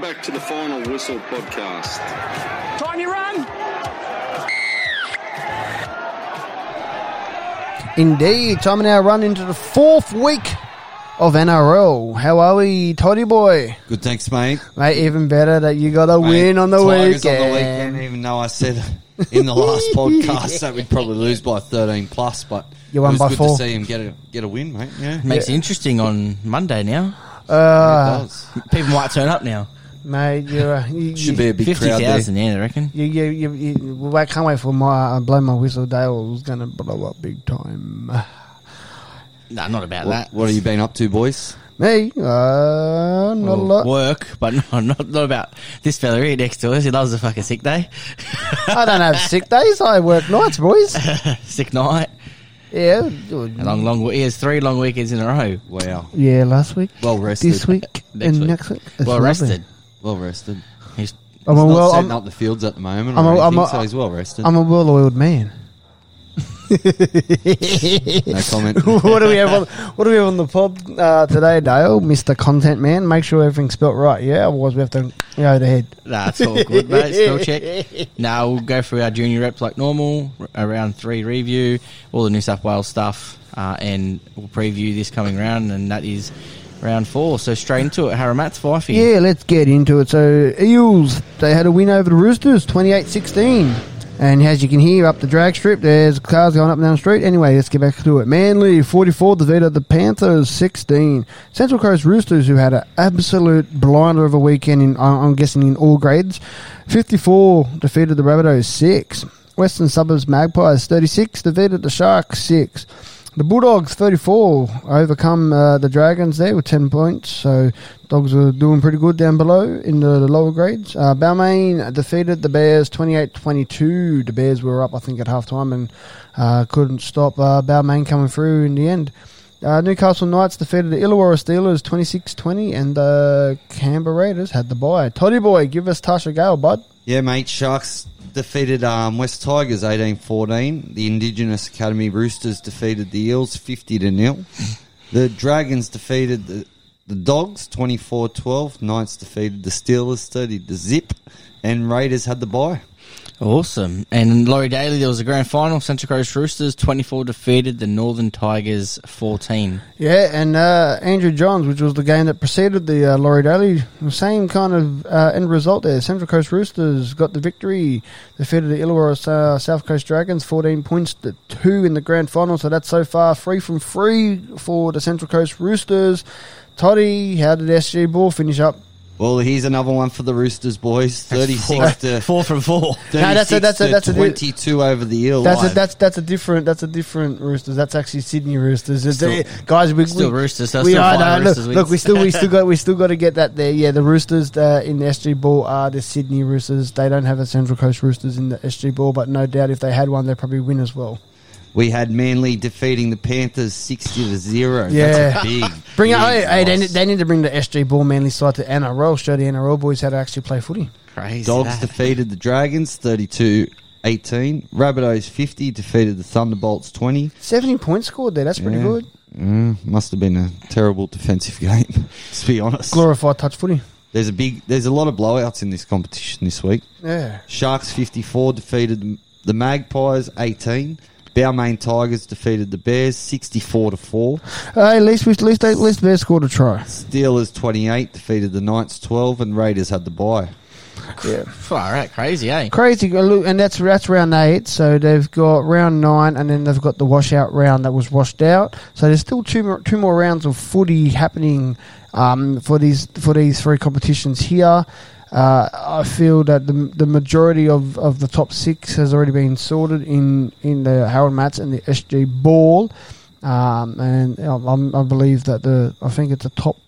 back to the Final Whistle podcast. Time you run. Indeed, time and our run into the fourth week of NRL. How are we, Toddy boy? Good, thanks, mate. Mate, even better that you got a Mate, win on the Tigers weekend. on the weekend, even though I said in the last podcast that we'd probably lose by 13 plus, but You won it was by good four. to see him get a, get a win, mate. Yeah, Makes it interesting on Monday now. it Uh, does. People might turn up now. mate, you're a, you, Should be a big Fifty crowd there. thousand, yeah, I reckon. You, you, you, you, well, I can't wait for my uh, blow my whistle. Dale was going to blow up big time. No, not about What, that. what have you been up to, boys? Me, uh, not a Oh, lot. Work, but no, not not about this fella here next to us. He loves a fucking sick day, I don't have sick days. I work nights, boys. sick night, Yeah, a long, long. He has three long weekends in a row. Wow, yeah. Last week, well rested. this week, Next and week. next week. It's well lovely. rested. well rested. He's I'm a Not well, setting I'm, up the fields at the moment, I'm or a- anything, I'm a- so he's well rested. I'm a well-oiled man. no comment. what do we have on What do we have on the pod uh, today, Dale, Mister Content Man? Make sure everything's spelt right, yeah. Otherwise, we have to go to head. nah, it's all good, mate. Spell check. Now we'll go through our junior reps like normal. r- Around three review all the New South Wales stuff, uh, and we'll preview this coming round, and that is round four. So straight into it. Haramats Fifey. Yeah, let's get into it. So, Eels, they had a win over the Roosters, 28-16. And as you can hear, up the drag strip, there's cars going up and down the street. Anyway, let's get back to it. Manly, 44, the Vita, the Panthers, 16. Central Coast Roosters, who had an absolute blinder of a weekend, in I- I'm guessing in all grades, 54, defeated the Rabbitohs, 6. Western Suburbs Magpies, 36, defeated the Sharks, 6. The Bulldogs 34 overcome uh, the Dragons there with 10 points. So, Dogs are doing pretty good down below in the, the lower grades. Uh, Balmain defeated the Bears 28 22. The Bears were up, I think, at half time and uh, couldn't stop uh, Balmain coming through in the end. Uh, Newcastle Knights defeated the Illawarra Steelers 26 20, and the Canberra Raiders had the bye. Toddy Boy, give us Tasha Gale, bud. Yeah, mate. Sharks defeated um, West Tigers 18-14. The Indigenous Academy Roosters defeated the Eels 50 to nil. The Dragons defeated the, the Dogs 24-12. Knights defeated the Steelers 30 to zip. And Raiders had the bye. Awesome. And Laurie Daly, there was a grand final. Central Coast Roosters 24 defeated the Northern Tigers 14. Yeah, and uh, Andrew Johns, which was the game that preceded the uh, Laurie Daly, same kind of uh, end result there. Central Coast Roosters got the victory, defeated the Illawarra uh, South Coast Dragons, fourteen points to two in the grand final. So that's so far three from three for the Central Coast Roosters. Toddy, how did SG Ball finish up? Well, here's another one for the Roosters boys. 36 to... Four from four. 36 No, that's a- that's a- to that's a- 22 over the Eels. That's a, that's that's a different that's a different Roosters. That's actually Sydney Roosters. It's- Still- guys, we still we, Roosters, so we still are fine no, look, Roosters look, we wins. still we still got we still got to get that there. Yeah, the Roosters uh, in the SG Ball are the Sydney Roosters. They don't have a Central Coast Roosters in the SG Ball, but no doubt if they had one, they'd probably win as well. We had Manly defeating the Panthers 60 to 0. Yeah. That's a big. Bring out, hey, big hey, they, need, loss. they need to bring the SG Ball Manly side to NRL. Show the NRL boys how to actually play footy. Crazy. eh? Dogs that. defeated the Dragons 32 18. Rabbitohs 50 defeated the Thunderbolts 20. Seventy points scored there. That's pretty Yeah. good. Mm, must have been a terrible defensive game, to be honest. Glorified touch footy. There's a big there's a lot of blowouts in this competition this week. Yeah. Sharks 54 defeated the Magpies 18. Balmain Tigers defeated the Bears 64 to 4. Uh, at least we at least at least they scored a try. Steelers 28 defeated the Knights 12 and Raiders had the bye. Yeah. Far out. Crazy, eh? Crazy, go- look, and that's that's round eight. So they've got round nine, and then they've got the washout round that was washed out. So there's still two more, two more rounds of footy happening um, for these for these three competitions here. Uh, I feel that the, the majority of, of the top six has already been sorted in, in the Harold Mats and the SG Ball, um, and I, I'm- I believe that the I think it's a top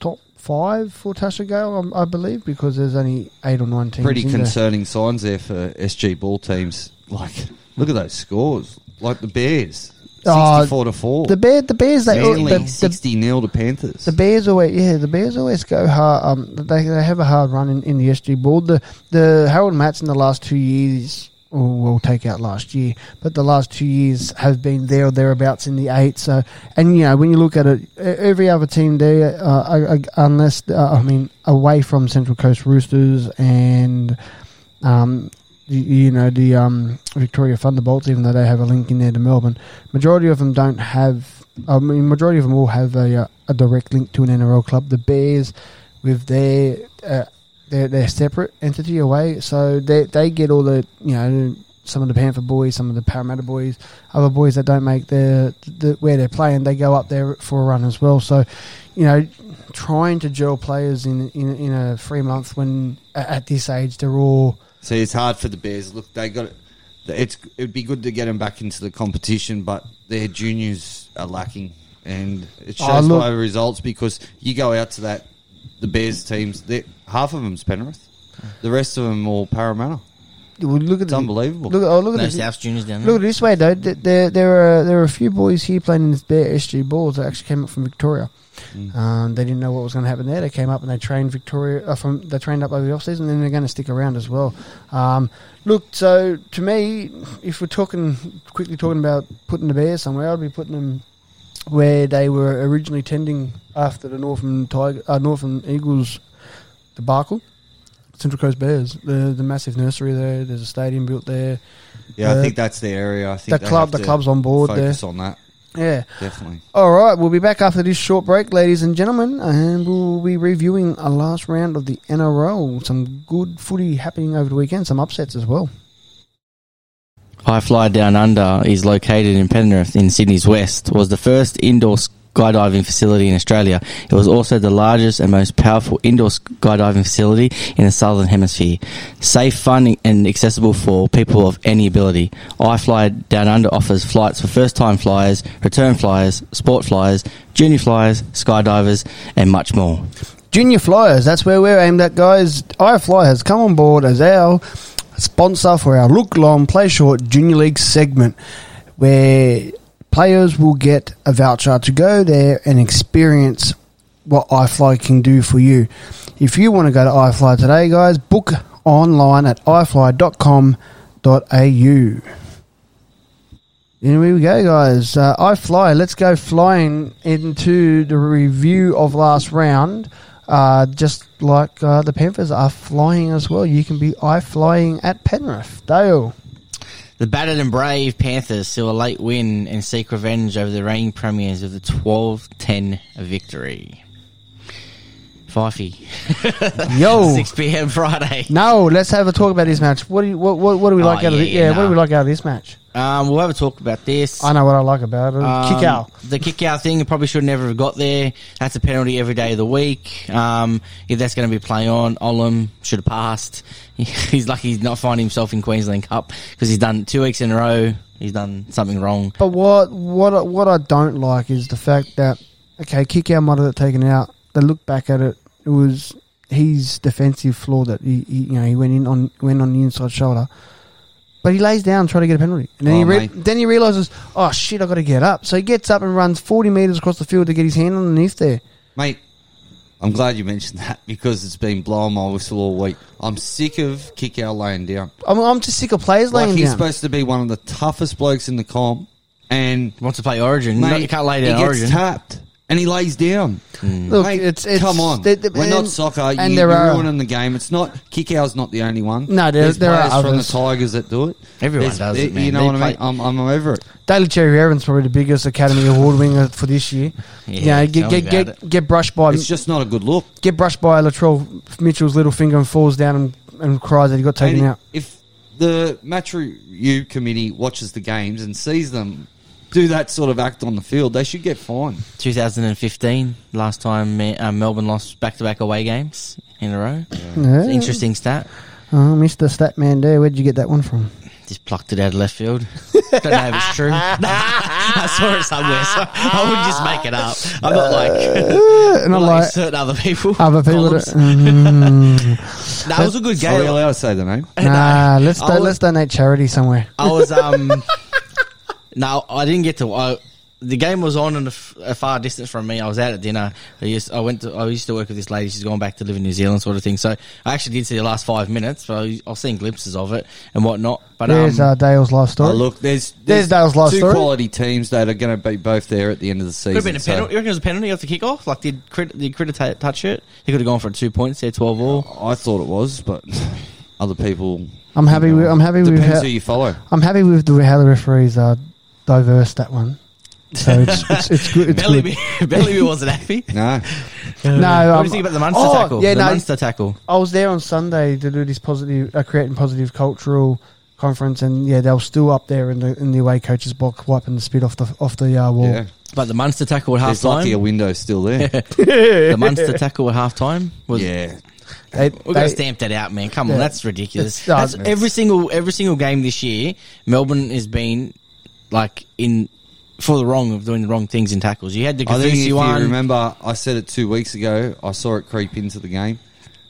top five for Tasha Gale, I'm- I believe, because there's only eight or nine teams. pretty in there. concerning signs there for SG ball teams. Like, look at those scores. Like the Bears, Oh, sixty-four to four. The bear, the bears, they all, Manly, the, the, sixty nil to Panthers. the bears always, yeah, the bears always go hard. Um, they, they have a hard run in, in the SG board. The the Harold Matts in the last two years or will take out last year, but the last two years have been there or thereabouts in the eight. So, and you know, when you look at it, e- every other team there, uh, I, I, unless uh, I mean, away from Central Coast Roosters and um, you, you know the um, Victoria Thunderbolts, even though they have a link in there to Melbourne, majority of them don't have. I mean, majority of them will have a, uh, a direct link to an NRL club. The Bears, with their uh, they're, they're separate entity away, so they they get all the you know some of the Panther boys, some of the Parramatta boys, other boys that don't make their the, where they're playing, they go up there for a run as well. So, you know, trying to gel players in in, in a three month when a- at this age they're all See, it's hard for the Bears. Look, they got it's it'd be good to get them back into the competition, but their juniors are lacking, and it Oh, shows look- by results because you go out to that the Bears teams, they- half of them's Penrith, the rest of them all Parramatta. well, look at It's unbelievable. Look, oh, look at No the- South juniors down there. Look at it this way though, th- there there are there are a few boys here playing in this bare SG balls that actually came up from Victoria. Um, they didn't know what was going to happen there. They came up and they trained Victoria uh, from they trained up over the off season, and they're going to stick around as well. Um, look, so to me, if we're talking quickly talking about putting the Bears somewhere, I'd be putting them where they were originally tending after the Northern Tiger, uh, Northern Eagles debacle. Central Coast Bears, the the massive nursery there. There's a stadium built there. Yeah, Uh, I think that's the area. I think the they club- have the to club's on board Focus on that Yeah, definitely. All right, we'll be back after this short break, ladies and gentlemen, and we'll be reviewing a last round of the NRL. Some good footy happening over the weekend, some upsets as well. High Fly Down Under is located in Penrith in Sydney's west. Was the first indoor skydiving facility in Australia. It was also the largest and most powerful indoor skydiving facility in the southern hemisphere. Safe, fun, and accessible for people of any ability. iFly Down Under offers flights for first-time flyers, return flyers, sport flyers, junior flyers, skydivers, and much more. Junior Flyers, that's where we're aimed at, guys. iFly has come on board as our sponsor for our look long, play short junior league segment, where players will get a voucher to go there and experience what iFly can do for you. If you want to go to iFly today, guys, book online at ifly.com.au. And here we go, guys. Uh, I fly. Let's go flying into the review of last round. Uh, just like uh, the Panthers are flying as well. You can be I flying at Penrith. Dale. The battered and brave Panthers seal a late win and seek revenge over the reigning premiers with a 12-10 victory. Fifey. Yo. 6 p.m. Friday. No, let's have a talk about this match. What do you, what, what, what do we Oh, like out of yeah, it? Yeah, yeah, what do nah. we like out of this match? Um, we'll have a talk about this. I know what I like about it. Um, Kick out. The kick out thing, it probably should never have got there. That's a penalty every day of the week. Um, if that's going to be play on, Olam should have passed. he's lucky he's not finding himself in Queensland Cup because he's done two weeks in a row. He's done something wrong. But what what I- what I don't like is the fact that okay, kick out might have taken out. They look back at it. It was his defensive flaw that he, he you know he went in on went on the inside shoulder. But he lays down trying to get a penalty, and then Oh, he re- mate. then he realizes, oh shit, I got to get up. So he gets up and runs forty meters across the field to get his hand underneath there. Mate, I'm glad you mentioned that because it's been blowing my whistle all week. I'm sick of kick out laying down. I'm, I'm just sick of players Like laying he's down. supposed to be one of the toughest blokes in the comp, and He wants to play Origin. mate, Not- you can't lay he down Hmm. gets Origin. tapped and he lays down. Look, Mate, it's, it's come on, they- they- we're not soccer. and you, there you're are ruining the game. It's not kick out's not the only one. No, there- There's there are players from others. the Tigers that do it. Everyone There's- does it, You man. know They what I mean? play- I'm, I'm over it. Daily Cherry Evans probably the biggest Academy Award winner for this year. Yeah, Yeah, you know, tell get me get about get, get brushed by It's just not a good look. get brushed by Latrell Mitchell's little finger and falls down and, and cries that he got taken And out. If the match review committee watches the games and sees them do that sort of act on the field, they should get fined. 2015, last time Me- uh, Melbourne lost back to back away games in a row. Yeah. It's an interesting stat. Oh, Mr. Statman there, where'd you get that one from? Just plucked it out of left field. Don't know if it's true. I saw it somewhere, so I would just make it up. I'm not like, Uh, and I not like like certain other people. other people. That, Columns. Mm, That was a good Are we game. allowed to say the name? nah, let's do, I'll- let's donate charity somewhere. I was um. no, I didn't get to. I, the game was on in a, f- a far distance from me. I was out at dinner. I used, I went to, I used to work with this lady. She's gone back to live in New Zealand, sort of thing. So I actually did see the last five minutes, but I, I was seeing glimpses of it and whatnot. But There's um, uh, Dale's life story. Oh, look, there's There's Dale's last two story. quality teams that are going to be both there at the end of the season. could have been a so- penalty. You reckon it was a penalty off the kick off? Like did crit, did Critter ta touch it? He could have gone for two points there, twelve all. I thought it was, but other people. I'm happy. With, I'm happy with Depends how, who you follow. I'm happy with the, how the referees uh, diverse that one. So it's it's, it's good. It's good. Belly Belly wasn't happy. No, No, what um, do you think about the Munster oh, tackle? yeah, the no. Munster tackle. I was there on Sunday to do this positive, uh, creating positive cultural conference, and yeah, they were still up there in the in the away coaches box, wiping the spit off the off the uh, wall. yeah, But the Munster tackle at half there's lucky a time. window still there. The Munster tackle at half time was yeah, They, We're going they- to stamp that out, man. Come Yeah. on, that's ridiculous. It's- no, That's it's- every single every single game this year, Melbourne has been like in for the wrong of doing the wrong things in tackles. You had the I think if Kafusi you one. Man, remember, I said it two weeks ago. I saw it creep into the game,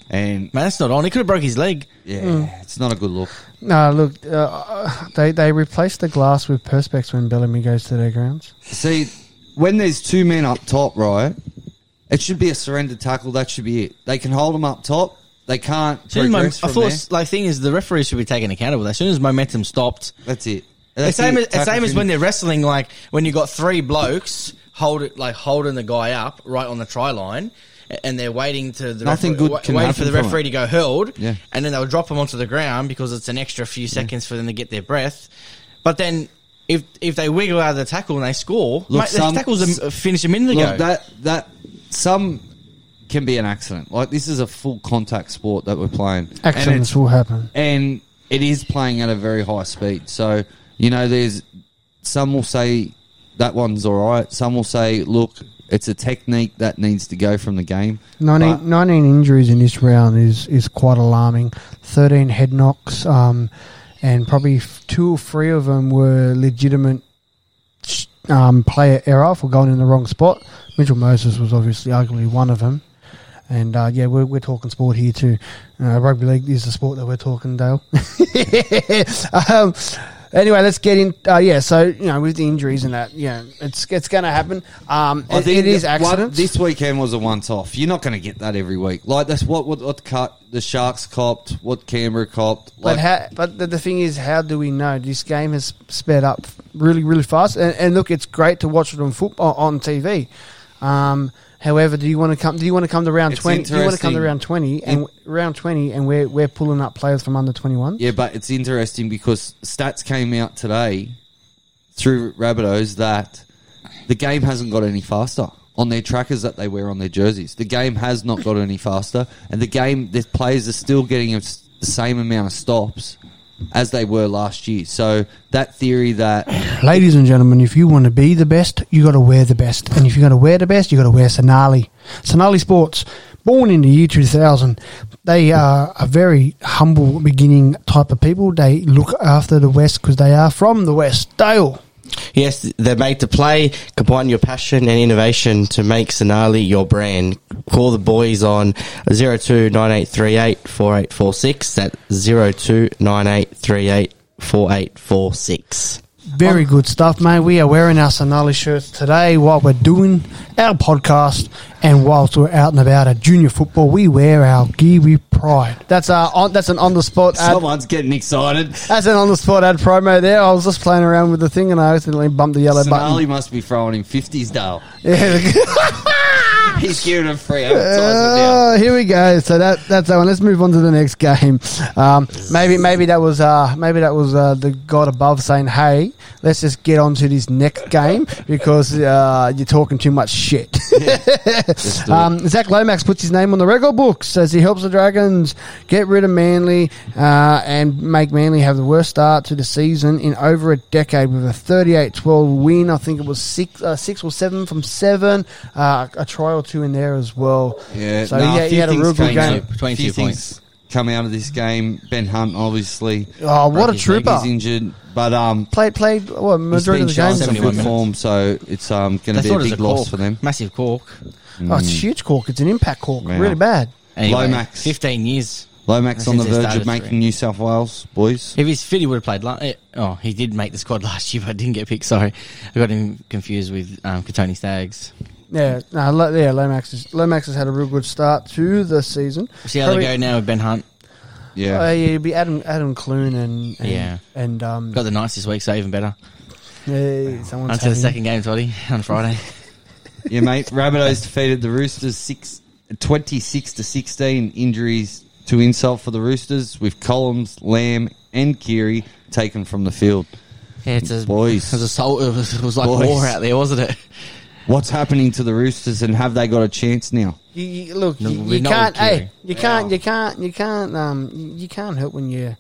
and that's not on. He could have broke his leg. yeah, Mm. it's not a good look. no, look, uh, they they replaced the glass with perspex when Bellamy goes to their grounds. See, when there's two men up top, right? It should be a surrender tackle. That should be it. They can hold them up top. They can't Soon as progress from mom- I thought, there. like, thing is, the referees should be taken accountable. As soon as momentum stopped, That's it. it's That's same it. as, it's Tackle same as when finish. they're wrestling. Like when you got three blokes hold it, like holding the guy up right on the try line, a- and they're waiting to the Nothing referee, good wa- can waiting happen for the from referee it. to go hurled, Yeah. and then they'll drop them onto the ground because it's an extra few seconds for them to get their breath. But then. If, if they wiggle out of the tackle and they score, Look, mate, some- the tackle's a, finished a minute ago. Look, that that some can be an accident. Like this is a full contact sport that we're playing. And Accidents it's- will happen. and it is playing at a very high speed. So you know, there's some will say that one's all right. Some will say, look, it's a technique that needs to go from the game. 19, 19 injuries in this round is is quite alarming. Thirteen head knocks, um, and probably f- two or three of them were legitimate um, player error for going in the wrong spot. Mitchell Moses was obviously arguably one of them. And uh, yeah, we're, we're talking sport here too. Uh, rugby league is the sport that we're talking, Dale. um, anyway, let's get in. Uh, yeah, so you know, with the injuries and that, yeah, it's it's going to happen. Um, I it- think it is that one- accidents. this weekend was a once-off. You're not going to get that every week. Like that's what what, what cut the Sharks copped, what Canberra copped. Like, But how, but the, the thing is, how do we know this game has sped up really, really fast? And, and look, it's great to watch it on football on TV. Um, however, do you want to come? Do you want to come to round It's twenty? Do you want to come to interesting. round twenty and round twenty, and we're we're pulling up players from under twenty one? Yeah, but it's interesting because stats came out today through Rabbitohs that the game hasn't got any faster on their trackers that they wear on their jerseys. The game has not got any faster, and the game the players are still getting a s the same amount of stops as they were last year. So that theory that Ladies and gentlemen, if you want to be the best, you got to wear the best, and if you got to wear the best, you got to wear Sonali. Sonali Sports, born in the year two thousand, they are a very humble beginning type of people. They look after the West because they are from the West. Dale. Yes, they're made to play. Combine your passion and innovation to make Sonali your brand. Call the boys on 0298384846. That's 0298384846. Very good stuff, mate. We are wearing our Sonali shirts today while we're doing our podcast and whilst we're out and about at junior football. We wear our gear with pride. That's our on, that's an on the spot ad. someone's getting excited. That's an on the spot ad promo there. I was just playing around with the thing and I accidentally bumped the yellow Sonali must be throwing him fifties, Dale. button. Yeah. He's giving him free advertising now. Oh, here we go. So that that's that one. Let's move on to the next game. Um, maybe maybe that was uh, maybe that was uh, the God above saying, "Hey, let's just get on to this next game because uh, you're talking too much shit." Let's do it. Um, Zach Lomax puts his name on the record books as he helps the Dragons get rid of Manly uh, and make Manly have the worst start to the season in over a decade with a 38-12 win. I think it was six, uh, six or seven from seven, uh, a try or two in there as well. Yeah, so nah, he, a had- he few had a things real good came game. out- 22 few things points. Come out of this game, Ben Hunt obviously. Oh, what Broke a his leg, trooper! He's injured, but um, Played played what he's been majority of the showing games. some 71 good minutes. form, so it's um, going to They be a thought it was big loss cork. for them. Massive cork. Oh, it's a huge cork. It's an impact cork. Mm. Yeah. Really bad. Anyway, Lomax. fifteen years. Lomax on Since the they verge started of making three. New South Wales, boys. If he's fit, he would have played. La- eh, oh, he did make the squad last year, but didn't get picked. Sorry, I got him confused with um, Katoni Staggs. Yeah, no, Lo- yeah. Lomax is, Lomax has had a real good start to the season. See how they Probably- go now with Ben Hunt. Yeah. Uh, yeah, it'd be Adam Adam Clune and, and Yeah. and um Got the nights this week, so even better. yeah, someone's Onto the having- second game, Toddy, on Friday. yeah, mate. Rabbitohs defeated the Roosters six, 26 to 16. Injuries to insult for the Roosters with Collins, Lamb, and Keary taken from the field. Yeah, it's a, Boys. It was, a soul, it was, it was like Boys. war out there, wasn't it? What's happening to the Roosters and have they got a chance now? You, you, look, No, you, we're you can't. not with Hey, Keary. you can't. You can't. You can't. Um, you, you can't help when you're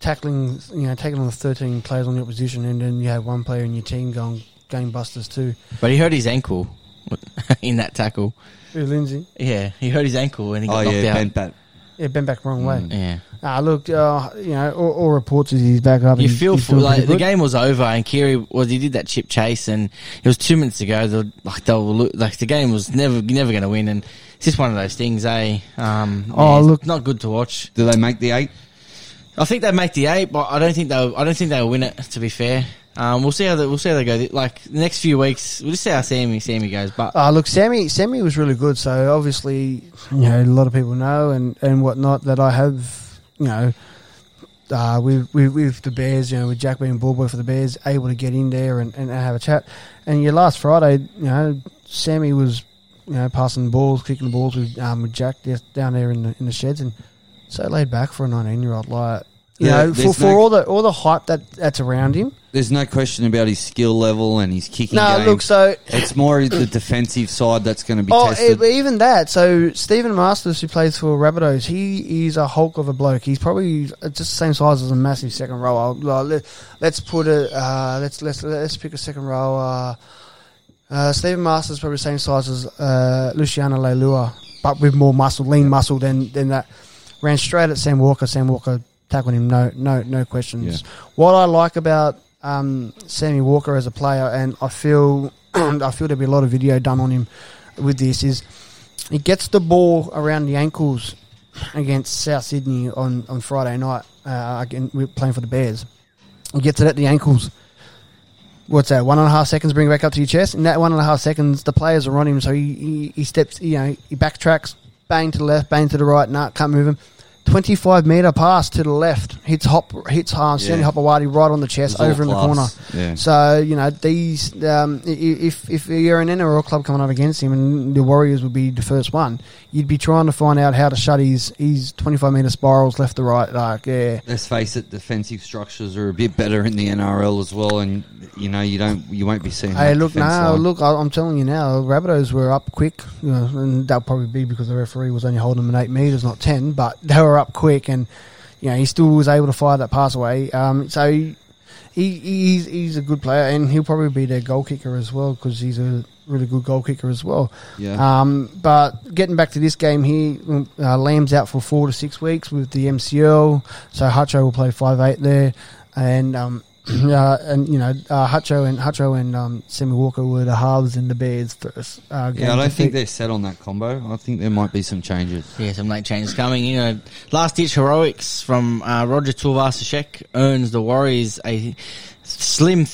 tackling. You know, taking on the thirteen players on your position, and then you have one player in your team going gangbusters too. But he hurt his ankle in that tackle. Who, Lindsay? Yeah, he hurt his ankle and he Oh, got knocked yeah, out. bent back. Yeah, bent back wrong way. Mm, yeah. Ah, look. Uh, you know, all, all reports is he's back up. You and feel he's for doing like pretty the good. game was over, and Kiri was he did that chip chase, and it was two minutes ago. They were, like they were lo- like the game was never never going to win, and it's just one of those things, eh? Um, Oh, it's look. not good to watch. Do they make the eight? I think they make the eight, but I don't think they'll. I don't think they'll win it. To be fair, um, we'll see how they, we'll see how they go. Like the next few weeks, we'll just see how Sammy Sammy goes. But Uh, look, Sammy. Sammy was really good. So obviously, you know, a lot of people know and and whatnot that I have, you know, uh, with, with with the Bears, you know, with Jack being ball boy for the Bears, able to get in there and, and have a chat. And your last Friday, you know, Sammy was, you know, passing balls, kicking balls with um with Jack there- down there in the in the sheds, and so laid back for a nineteen year old. Like, you Yeah, know, for, there's for no- all the all the hype that that's around him. There's no question about his skill level and his kicking No, game. look, so it's more the defensive side that's going to be Oh, tested. e- even that. So Stephen Masters, who plays for Rabbitohs, he is a hulk of a bloke. He's probably uh, just the same size as a massive second rower. Like, let- Let's put a uh, let's let's let's pick a second rower. Uh, Stephen Masters is probably the same size as uh, Luciano Leilua, but with more muscle, lean muscle than than that. Ran straight at Sam Walker. Sam Walker tackled him. No, no, no questions. What I like about um, Sammy Walker as a player, and I feel I feel there'll be a lot of video done on him with this is he gets the ball around the ankles against South Sydney on, on Friday night. Uh, again, we're playing for the Bears. He gets it at the ankles. What's that? One and a half seconds. Bring it back up to your chest. In that one and a half seconds, the players are on him. So he, he, he steps. You know, he backtracks. Bang to the left. Bang to the right. Nah, can't move him. Twenty-five meter pass to the left. Hits hop. Hits half. Yeah. Sandy Hopawadi right on the chest. It's all over in the class. corner. Yeah. So you know these. Um, i- i- if if you're an NRL club coming up against him, and the Warriors would be the first one, you'd be trying to find out how to shut his his 25 meter spirals left to right. Like yeah, let's face it, defensive structures are a bit better in the NRL as well, and you know you don't you won't be seeing. Hey, that look, defence now, line. look, I, I'm telling you now, Rabbitohs were up quick, you know, and that'll probably be because the referee was only holding them at eight metres, not 10, but they were up quick, and, you know, he still was able to fire that pass away. Um, so he, he, he's, he's a good player, and he'll probably be their goal kicker as well because he's a really good goal kicker as well. Yeah. Um, but getting back to this game here, uh, Lamb's out for four to six weeks with the MCL, so Hutcho will play five eight there, and um, uh, and you know uh, Hutcho and Hutcho and um, Sammy Walker were the halves in the Bears first. Uh, game yeah, I to don't think fi- they're set on that combo. I think there might be some changes. Yeah, some late changes coming. You know, last ditch heroics from uh, Roger Tuivasa-Sheck earns the Warriors a slim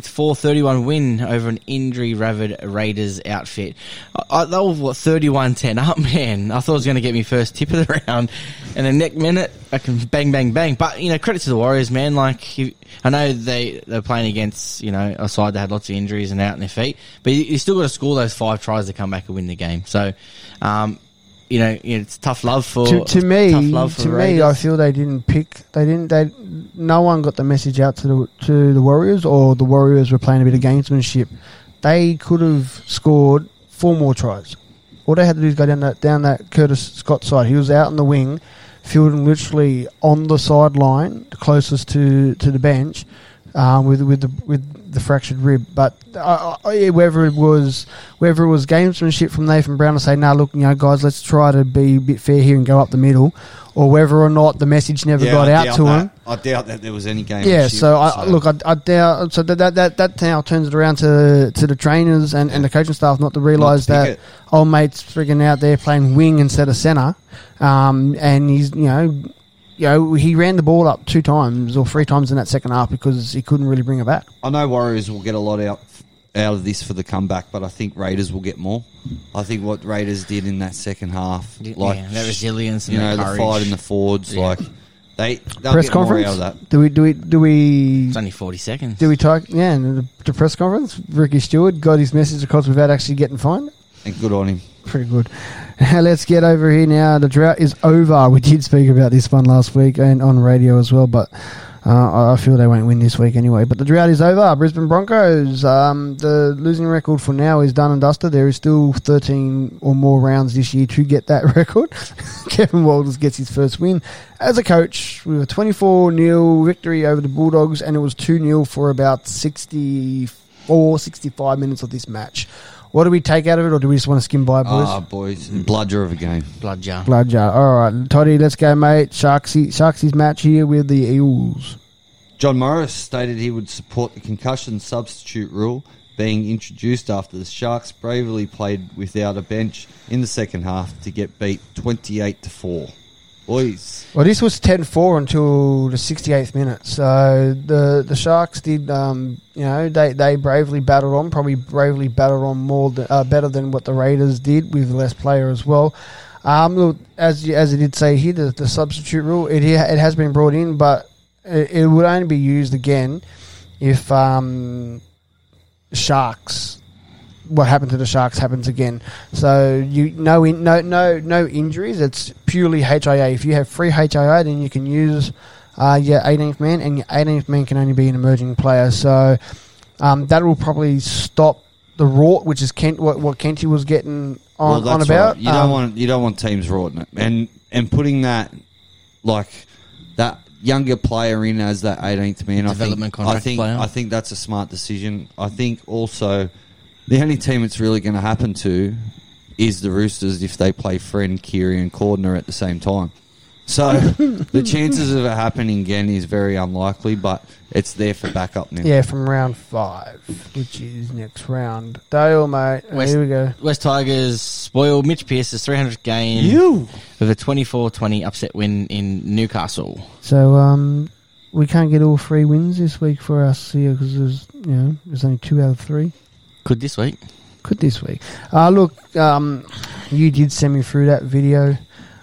34-31 win over an injury-ravaged Raiders outfit. I, I, they were what 31-10 up, man. I thought it was going to get me first tip of the round, and the next minute I can bang, bang, bang. But you know, credit to the Warriors, man. Like you- I know they they're playing against you know a side that had lots of injuries and out in their feet, but you, you still got to score those five tries to come back and win the game. So. Um, you know, you know, it's tough love for To, to me, Tough love for to the me, I Raiders. feel they didn't pick. They didn't. They no one got the message out to the to the Warriors, or the Warriors were playing a bit of gamesmanship. They could have scored four more tries. All they had to do is go down that down that Curtis Scott side. He was out in the wing, fielding literally on the sideline, closest to, to the bench, um, with with the with the fractured rib. But uh, uh, yeah, whether it was whether it was gamesmanship from Nathan Brown to say, "Now look, you know, guys, let's try to be a bit fair here and go up the middle," or whether or not the message never Yeah, got I out doubt to that. him. I doubt that there was any game. Yeah, this year, so I, look, I, I doubt. So that that that, that now turns it around to to the trainers and, and the coaching staff not to realise pick that it. old mate's frigging out there playing wing instead of centre, um, and he's you know. You know, he ran the ball up two times or three times in that second half because he couldn't really bring it back. I know Warriors will get a lot out out of this for the comeback, but I think Raiders will get more. I think what Raiders did in that second half, like yeah, that resilience and you know, that the courage. fight in the forwards, Yeah. like they they'll press get more conference? out of that. Do we do we do we It's only forty seconds. do we talk? Yeah, and the, the press conference. Ricky Stewart got his message across without actually getting fined. And good on him. pretty good. Let's get over here now. The drought is over. We did speak about this one last week and on radio as well, but uh, I- I feel they won't win this week anyway. But the drought is over. Brisbane Broncos. Um, the losing record for now is done and dusted. There is still 13 or more rounds this year to get that record. Kevin Walters gets his first win as a coach with a 24 0 victory over the Bulldogs, and it was 2 0 for about 64, 65 minutes of this match. What do we take out of it, or do we just want to skim by, boys? Ah, boys, bludger of a game. Blood jar. Blood jar. All right, Toddy, let's go, mate. Sharksy, Sharksy's match here with the Eels. John Morris stated he would support the concussion substitute rule being introduced after the Sharks bravely played without a bench in the second half to get beat 28 to 4. Boys, Well, this was 10-4 until the 68th minute. So the the Sharks did, um, you know, they, they bravely battled on, probably bravely battled on more th- uh, better than what the Raiders did with less player as well. Um, look, as you, as I did say here, the, the substitute rule it it has been brought in, but it, it would only be used again if um, Sharks what happened to the Sharks happens again. So you no in, no no no injuries. It's purely HIA. If you have free HIA, then you can use uh, your 18th man, and your 18th man can only be an emerging player. So um, that will probably stop the rort, which is Kent what, what Kenty was getting on, well, on that's about. right. You don't Um, want you don't want teams rorting it, and and putting that like that younger player in as that 18th man. I Development think, contract I think, player. I think that's a smart decision. I think also the only team it's really going to happen to is the Roosters if they play Friend, Kiri, and Cordner at the same time. So the chances of it happening again is very unlikely, but it's there for backup now. yeah, from round five, which is next round. Dale, mate. West- here we go. West Tigers spoiled Mitch Pearce's 300 game with a 24-20 upset win in Newcastle. So um, we can't get all three wins this week for us here because there's you know there's only two out of three. Could this week? could this week. Uh, look, um, you did send me through that video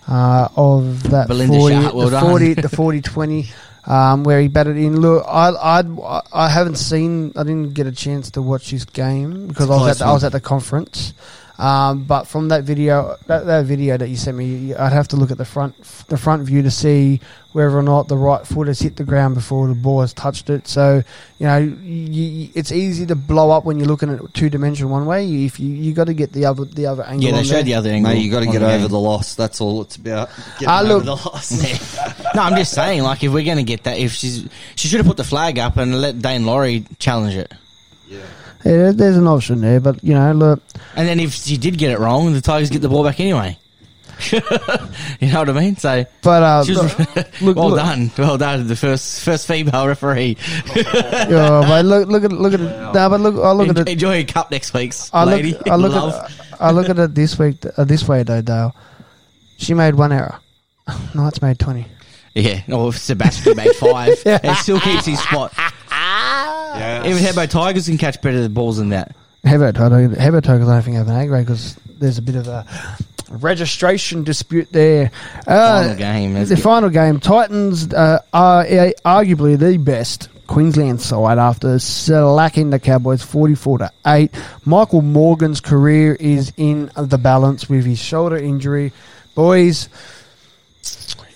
uh, of that Belinda 40, Sharp, well the done. 40, the 40 20, um, where he batted in. Look, I, I'd, I- I haven't seen, I didn't get a chance to watch his game because I was, Close at the, I one. was at the conference. Um, but from that video, that, that video that you sent me, I'd have to look at the front, the front view to see whether or not the right foot has hit the ground before the ball has touched it. So, you know, you, y it's easy to blow up when you're looking at two dimension one way. You- If you you got to get the other the other angle. Yeah, they on showed the there. other angle. Mate, you got to on get over game. the loss. That's all it's about. Getting Ah, over look. the loss. No, I'm just saying, like, if we're going to get that, if she's, she should have put the flag up and let Dane Laurie challenge it. Yeah, there's an option there, but you know, look, And then if she did get it wrong, the Tigers get the ball back anyway. you know what I mean? So, but uh, she was, look, look, well look, done, well done, the first first female referee. Yeah, but look, look at look at it. Nah, but look, I look at it. Enjoy your cup next week's I lady. look, I look Love. at I look at it this week uh, this way though, Dale. She made one error. Knights made twenty. yeah. Or if Sebastian made five, he still keeps his spot. Yeah. Even Hebo Tigers can catch better balls than that. Hebert, I don't, Hebert I don't think have an A grade because there's a bit of a registration dispute there. Uh, Final game, let's The get- final game. Titans uh, are uh, arguably the best Queensland side after slacking the Cowboys 44 to 8. Michael Morgan's career is in the balance with his shoulder injury. Boys,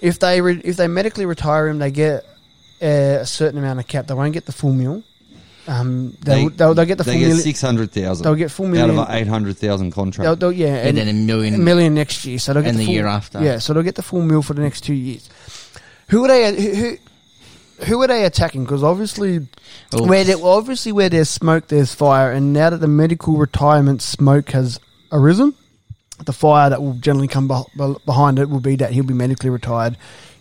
if they re- if they medically retire him, they get uh, a certain amount of cap. They won't get the full meal. Um, they, they, will they'll get the full they get meal. six hundred thousand. They'll get full out million. of an eight hundred thousand contract. They'll, they'll, yeah, And then a million. a million next year. So they'll get And the full- year after. Yeah, so they'll get the full meal for the next two years. Who are they? Who? who who are they attacking? Because obviously, Oh. where there, well, obviously where there's smoke, there's fire. And now that the medical retirement smoke has arisen, the fire that will generally come beh beh- behind it will be that he'll be medically retired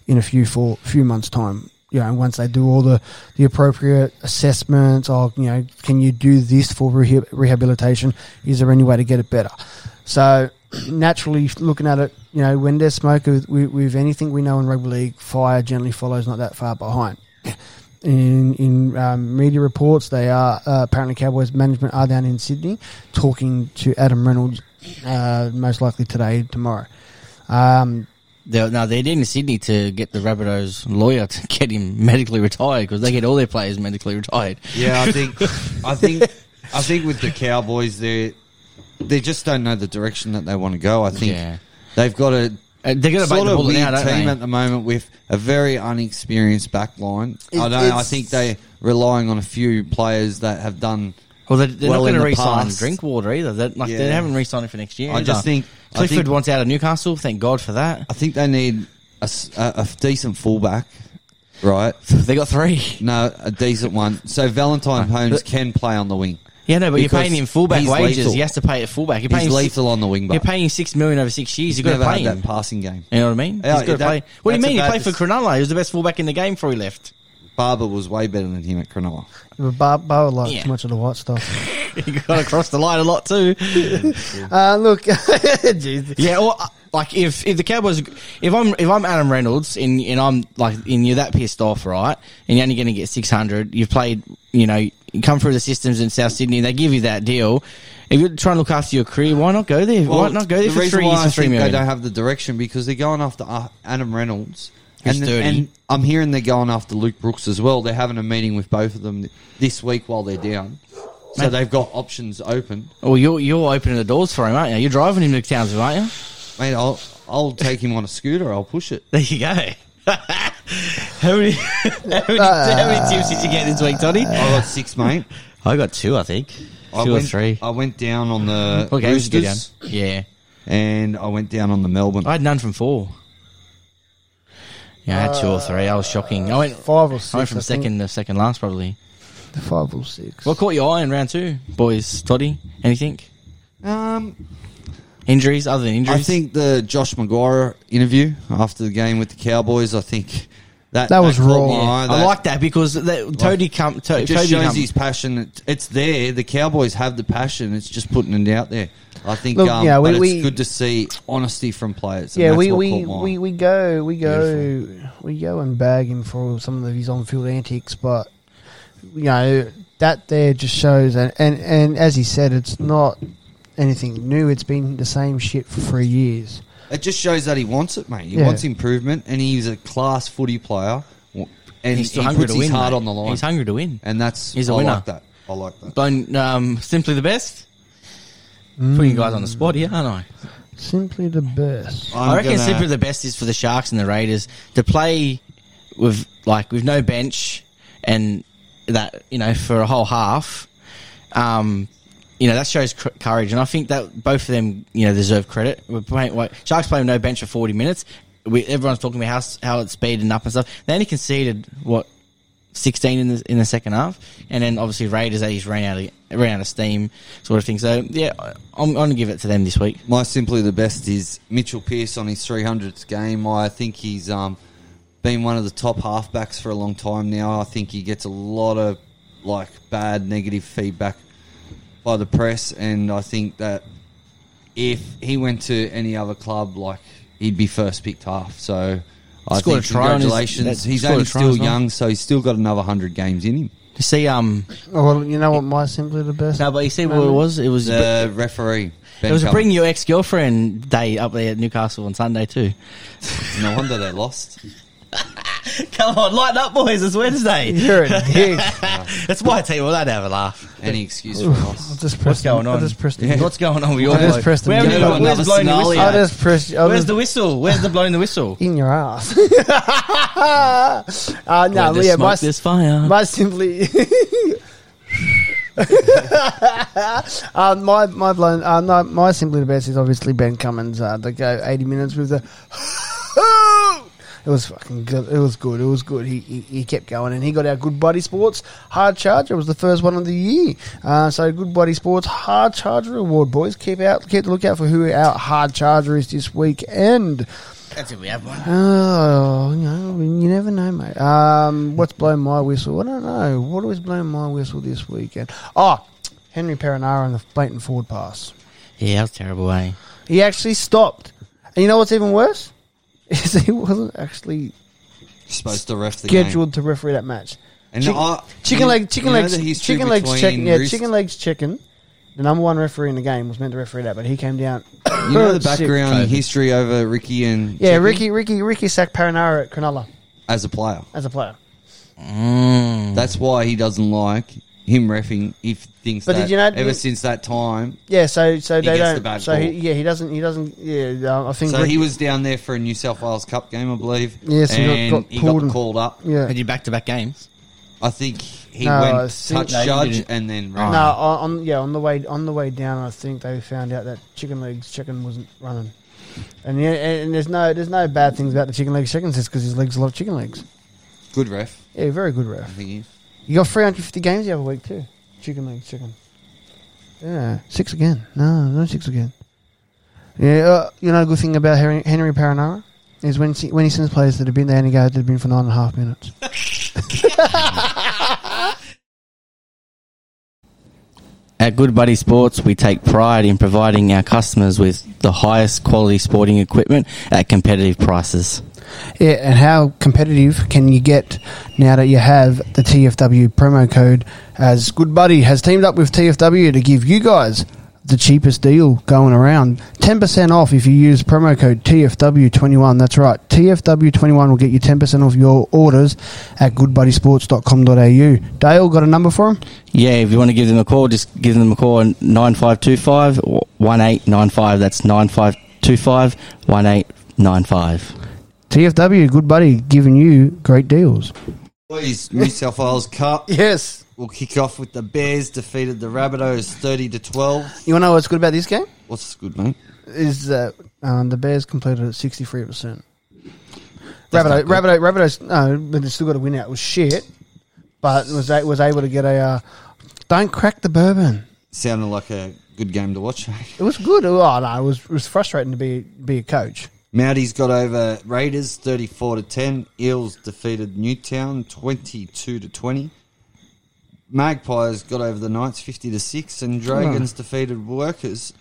in a few for few months time. You know, once they do all the, the appropriate assessments, or you know, can you do this for reha- rehabilitation? Is there any way to get it better? So naturally, looking at it, you know, when there's smoke with, with, with anything we know in rugby league, fire generally follows not that far behind in in um, media reports. They are uh, apparently Cowboys management are down in Sydney talking to Adam Reynolds, uh, most likely today, tomorrow. Um, They're, no, they're in Sydney to get the Rabbitohs lawyer to get him medically retired because they get all their players medically retired. Yeah, I think, I think, I think with the Cowboys, they they just don't know the direction that they want to go. I think Yeah. they've got a Uh, they're going to bite sort the of bullet weird now, don't team they? at the moment with a very unexperienced back line. I It- don't. I it's- think they're relying on a few players that have done. well, they're, they're well not in going to the re-sign past. Drinkwater either. They're, like, They Yeah. haven't re-signed him for next year. I just either. think- I Clifford think- wants out of Newcastle. Thank God for that. I think they need a, s- a- a decent fullback, right? They got three. No, a decent one. So Valentine Holmes can play on the wing. Yeah, no, but you're Because paying him fullback he's wages. lethal. He has to pay at fullback. You're He's paying him six- lethal on the wing, but- You're paying him six million over six years. You've got to never pay had him. that passing game. You know what I mean? Yeah, He's got to that- play. What do you that's a mean? He bad played for decision. Cronulla. He was the best fullback in the game before he left. Barber was way better than him at Cronulla. Bar, bar would like Yeah. too much of the white stuff. he got across the line a lot too. Uh, look, Jesus. Yeah, or uh, like if if the Cowboys, if I'm if I'm Adam Reynolds and and I'm like and you're that pissed off, right? And you're only going to get six hundred. You've played, you know, you come through the systems in South Sydney. They give you that deal. If you're trying to look after your career, why not go there? why not go there the for reason three why years I for three think million? They don't have the direction because they're going after uh, Adam Reynolds. Who's and, 30. and I'm hearing they're going after Luke Brooks as well. They're having a meeting with both of them th- this week while they're down. So they've got options open. Well, you're you're opening the doors for him, aren't you? You're driving him to Townsville, aren't you? Mate, I'll, I'll take him on a scooter. I'll push it. There you go. how many how many, how many tips did you get this week, Toddy? I got six, mate. I got two, I think. I two or went, three. I went down on the What games did you get Roosters down? Yeah. and I went down on the Melbourne. I had none from four. Yeah, I had two or three. I was shocking. I went, Five or six. I went from I think. second to second last, probably. Five or six. What caught your eye in round two, boys? Toddy, anything? Um, Injuries other than injuries? I think the Josh Maguire interview after the game with the Cowboys, I think that That was caught raw. my Yeah. eye. I That- like that because that, Tody come. To, It just Tody shows come- his passion. It- It's there. The Cowboys have the passion. It's just putting it out there. I think. Look, um, yeah, we- but it's we- good to see honesty from players. and yeah, that's we what we, caught my eye. we, we go we go we go and bag him for some of his on field antics, but you know that there just shows and, and and as he said, it's not anything new. It's been the same shit for three years. It just shows that he wants it, mate. He Yeah. wants improvement, and he's a class footy player. w- And He's still he hungry puts to his win. heart mate. on the line. He's hungry to win. and that's He's a I winner. like that. I like that. But um, simply the best. Putting you guys on the spot here, aren't I? Simply the best. I'm i reckon gonna- simply the best is for the Sharks and the Raiders to play with like with no bench and that you know for a whole half. Um, you know that shows cr- courage, and I think that both of them you know deserve credit. We're playing like, Sharks playing no bench for forty minutes. We, everyone's talking about how s- how it's speeding up and stuff. They only conceded what 16 in the in the second half, and then obviously Raiders they just ran out of ran out of steam, sort of thing. So yeah, I- I'm, I'm gonna give it to them this week. My simply the best is Mitchell Pearce on his 300th game. I think he's um, been one of the top halfbacks for a long time now. I think he gets a lot of like bad negative feedback by the press, and I think that if he went to any other club, like he'd be first picked half. So I Scored think a try on his- congratulations. that's- he's scored a only try still as well. young, so he's still got another hundred games in him. You see, um, Oh, well, you know what my simply the best. No, but you see Um, what it was? It was The referee, Ben it was a Cullen. bring your ex girlfriend day up there at Newcastle on Sunday too. No wonder they lost. Come on, lighten up, boys! It's Wednesday. You're a dick. That's why I tell you, well, I'd have a laugh. Any excuse for loss. I just pressed What's going him. on? I just pressed him. What's going on with your I just bloke? pressed the Where mute are you- button. Where's Another blowing the scenario. whistle? I just pressed. I Where's just, the whistle? Where's the blowing the whistle? in your ass. uh, no, Let the yeah, my smoke this fire. My simply. um, my my blown. Uh, no, my simply the best is obviously Ben Cummins. Uh, they go eighty minutes with the. It was fucking good. It was good. It was good. He, he, he kept going and he got our Good Body Sports Hard Charger. It was the first one of the year. Uh, so Good Body Sports Hard Charger Award, boys. Keep out, keep the lookout for who our Hard Charger is this weekend. That's it. We have one. Oh, you, know, you never know, mate. Um, what's blown my whistle? I don't know. What was blown my whistle this weekend? Oh, Henry Perinara on the blatant forward pass. Yeah, that was terrible, eh? He actually stopped. And you know what's even worse? Is he wasn't actually supposed to ref the game. scheduled to referee that match. And Chick- I- chicken you- leg, chicken you know the legs, history chicken legs, between chicken. Yeah, Roosters- chicken legs, chicken. The number one referee in the game was meant to referee that, but he came down. You know the Shit. background history over Ricky and Yeah, Chicken Ricky, Ricky, Ricky sacked Perinara at Cronulla as a player. as a player. Mm. That's why he doesn't like him refing. He thinks But that did you know- ever since that time. Yeah, so so they gets the don't. bad so he, ball. yeah, he doesn't. He doesn't. Yeah, uh, I think. So Ricky, he was down there for a New South Wales Cup game, I believe. Yes, he got- and got he pulled got and- called up. yeah. Had you back to back games? I think he No, I went see- touch No, he judge didn't. Oh. and then No, ran. on on- yeah, on the way on the way down, I think they found out that chicken legs chicken wasn't running. And yeah, and and there's no there's no bad things about the chicken legs chicken just because his legs are a lot of chicken legs. Good ref. Yeah, very good ref. I think he is. You got 350 games the other week too. Chicken legs, chicken. Yeah, six again. No, no six again. Yeah, uh, you know, a good thing about Henry, Henry Paranara is when he, when he sends players that have been there and he goes to the bin for nine and a half minutes. At Good Buddy Sports, we take pride in providing our customers with the highest quality sporting equipment at competitive prices. Yeah, and how competitive can you get now that you have the TFW promo code? As Good Buddy has teamed up with TFW to give you guys the cheapest deal going around 10% off if you use promo code TFW21. That's right, TFW21 will get you 10% off your orders at goodbuddysports.com.au. Dale, got a number for him? Yeah, if you want to give them a call, just give them a call on 9525 1895. That's 9525 1895. TFW, Good Buddy, giving you great deals. Boys, New South Wales Cup. Yes. We'll kick off with the Bears defeated the Rabbitohs thirty to twelve. You want to know what's good about this game? What's good, mate? is that um, the Bears completed at sixty three percent. That's Rabbitoh, not good. Rabbitoh, Rabbitohs, no, but they still got a win out. It was shit, but was a- was able to get a. Uh, don't crack the bourbon. Sounded like a good game to watch. It was good. Oh no, it was it was frustrating to be be a coach. Mounties got over Raiders thirty four to ten. Eels defeated Newtown twenty two to twenty. Magpies got over the Knights fifty to six, and Dragons defeated Workers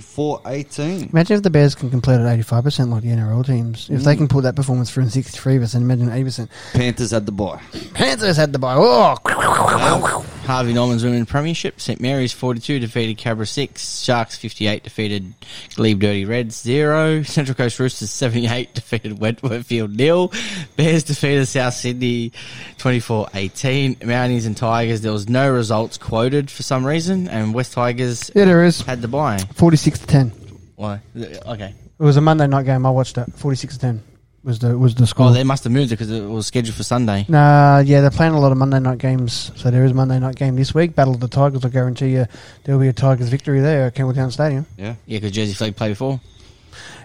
44-18. Imagine if the Bears can complete at eighty five percent like the NRL teams. If they can pull that performance through in sixty three percent, imagine eighty percent. Panthers had the bye. Panthers had the bye. Oh, Harvey Norman's Women Premiership. St Mary's 42 defeated Cabra 6. Sharks 58 defeated Glebe Dirty Reds 0. Central Coast Roosters 78 defeated Wentworth Field nil. Bears defeated South Sydney 24 18. Mounties and Tigers, there was no results quoted for some reason, and West Tigers yeah, there is had the bye. forty six to ten. Why? Okay. It was a Monday night game. I watched it. Forty six to ten was the was the score. Oh, they must have moved it because it was scheduled for Sunday. Nah, yeah, they're playing a lot of Monday night games, so there is a Monday night game this week. Battle of the Tigers, I guarantee you there will be a Tigers victory there at Campbelltown Stadium. Yeah. Yeah, because Jersey Flag played before.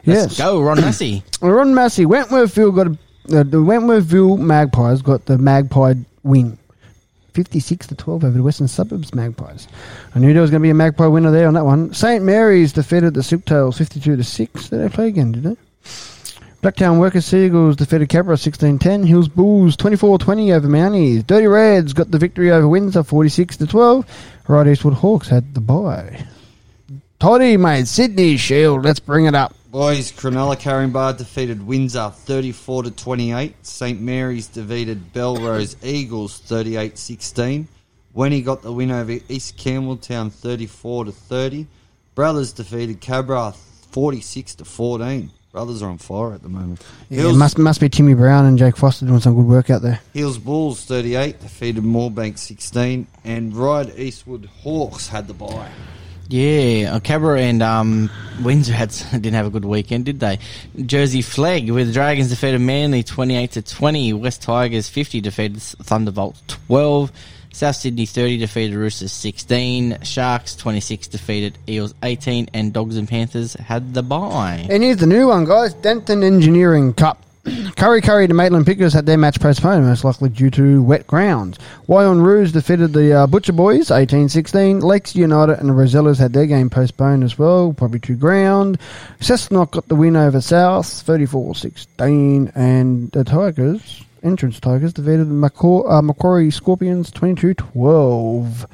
Yes, Go, Ron Massey. Ron Massey, Wentworthville got a, uh, the Wentworthville Magpies got the Magpie win, fifty-six to twelve over the Western Suburbs Magpies. I knew there was going to be a Magpie winner there on that one. St Mary's defeated the Silktails fifty-two to six. Did they play again? Did they? Blacktown Workers Seagulls defeated Capra 16-10. Hills Bulls 24-20 over Mounties. Dirty Reds got the victory over Windsor 46 to 12. Right Eastwood Hawks had the bye. Toddy made Sydney Shield. Let's bring it up. Boys, Cronulla Carimbar defeated Windsor 34 to 28. St Mary's defeated Belrose Eagles 38 16. Wenny got the win over East Campbelltown 34 to 30. Brothers defeated Cabra 46 to 14. Brothers are on fire at the moment. Yeah, Hills, must must be Timmy Brown and Jake Foster doing some good work out there. Hills Bulls 38 defeated Moorbank 16. And Ride Eastwood Hawks had the bye. Yeah, Cabra and um, Windsor had, didn't have a good weekend, did they? Jersey Flag with the Dragons defeated Manly twenty-eight to twenty. West Tigers fifty defeated Thunderbolt twelve. South Sydney thirty defeated Roosters sixteen. Sharks twenty-six defeated Eels eighteen, and Dogs and Panthers had the bye. And here's the new one, guys: Denton Engineering Cup. Curry Curry to Maitland Pickers had their match postponed, most likely due to wet grounds. Wyong Rouge defeated the uh, Butcher Boys, 18-16. Lex United and the Rosellas had their game postponed as well, probably to ground. Cessnock got the win over South, 34-16. And the Tigers, entrance Tigers, defeated the Macau- uh, Macquarie Scorpions, 22-12.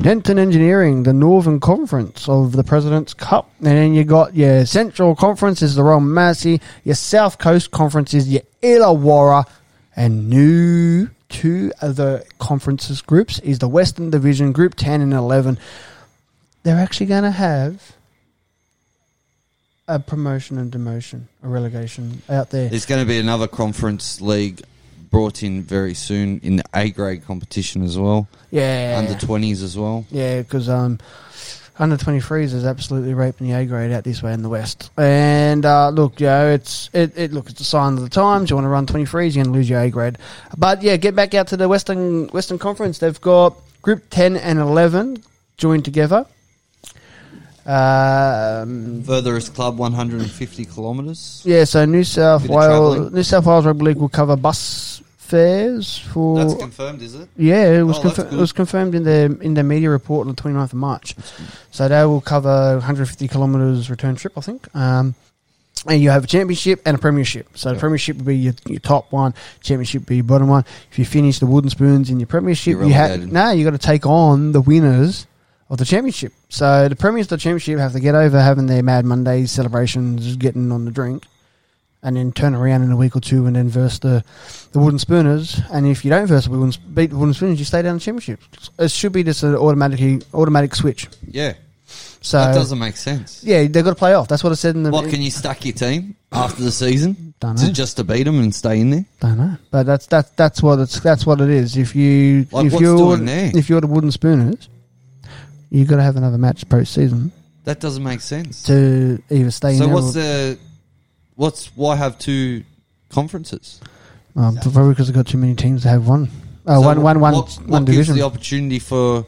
Denton Engineering, the Northern Conference of the President's Cup. And then you got your Central Conference is the Royal Massey, your South Coast Conference is your Illawarra, and new two other conferences groups is the Western Division, Group 10 and 11. They're actually going to have a promotion and demotion, a relegation out there. There's going to be another conference league brought in very soon in the A grade competition as well, yeah. under 20s as well. Yeah, because um, under 23s is absolutely raping the A grade out this way in the West. And uh, look, you know, it's it, it look it's a sign of the times. You want to run 23s, you're going to lose your A grade. But yeah, get back out to the Western Western Conference. They've got Group 10 and 11 joined together. Um, Furthest club 150 kilometres. yeah, so New South Bit of Wales travelling. New South Wales Rugby League will cover bus fares for That's confirmed, is it? Yeah, it was Oh, that's confir- it good. was confirmed in their in their media report on the 29th of March. So they will cover 150 kilometres return trip, I think. Um, and you have a championship and a premiership. So the premiership would be your, your top one, championship would be your bottom one. If you finish the wooden spoons in your premiership, You're you ha- relegated. no, you got to take on the winners of the championship. So the premiers of the championship have to get over having their Mad Mondays celebrations, getting on the drink, and then turn around in a week or two and then verse the, the wooden spooners. And if you don't verse the wooden, beat the wooden spooners, you stay down the championship. It should be just an automatic automatic switch. Yeah. So that doesn't make sense. yeah, they've got to play off. That's what I said in the. What, can you stack your team after the season Dunno. to just to beat them and stay in there? Don't know, but that's that's that's what it's that's what it is. If you Like, if what's you're doing there? if you're the wooden spooners, you got to have another match post season That doesn't make sense. to either stay so in. there what's or, the what's why have two conferences? um, probably because they've got too many teams to have one. Uh, So one, one, one, what, one what division. gives the opportunity for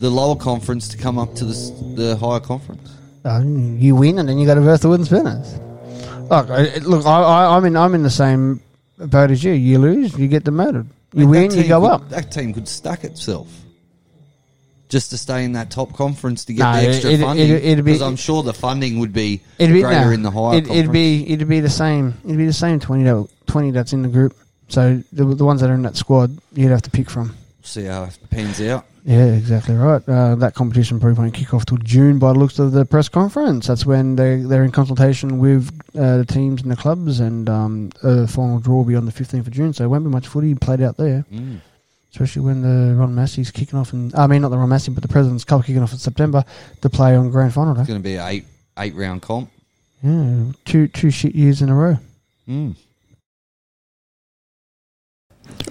the lower conference to come up to the s- the higher conference? Uh, you win, and then you got to verse the wooden spooners. Look, I, it- look, I, I, I'm in, I'm in the same boat as you. You lose, you get demoted. You Like, that win, you team go could- up. That team could stack itself just to stay in that top conference to get No, the extra it- it- funding. it- it'd be- because I'm sure the funding would be It'd be greater no, in the higher. It, it'd be it'd be the same. It'd be the same twenty that, twenty that's in the group. So the, the ones that are in that squad, you'd have to pick from. conference. see how it pans out. Yeah, exactly right. Uh, that competition probably won't kick off till June by the looks of the press conference. That's when they, they're in consultation with uh, the teams and the clubs, and um, uh, final draw will be on the 15th of June, so it won't be much footy played out there, Mm. especially when the Ron Massey's kicking off. In, I mean, not the Ron Massey, but the President's Cup kicking off in September to play on grand final It's day. going to be an eight eight round comp. Yeah, two, two shit years in a row. Mm.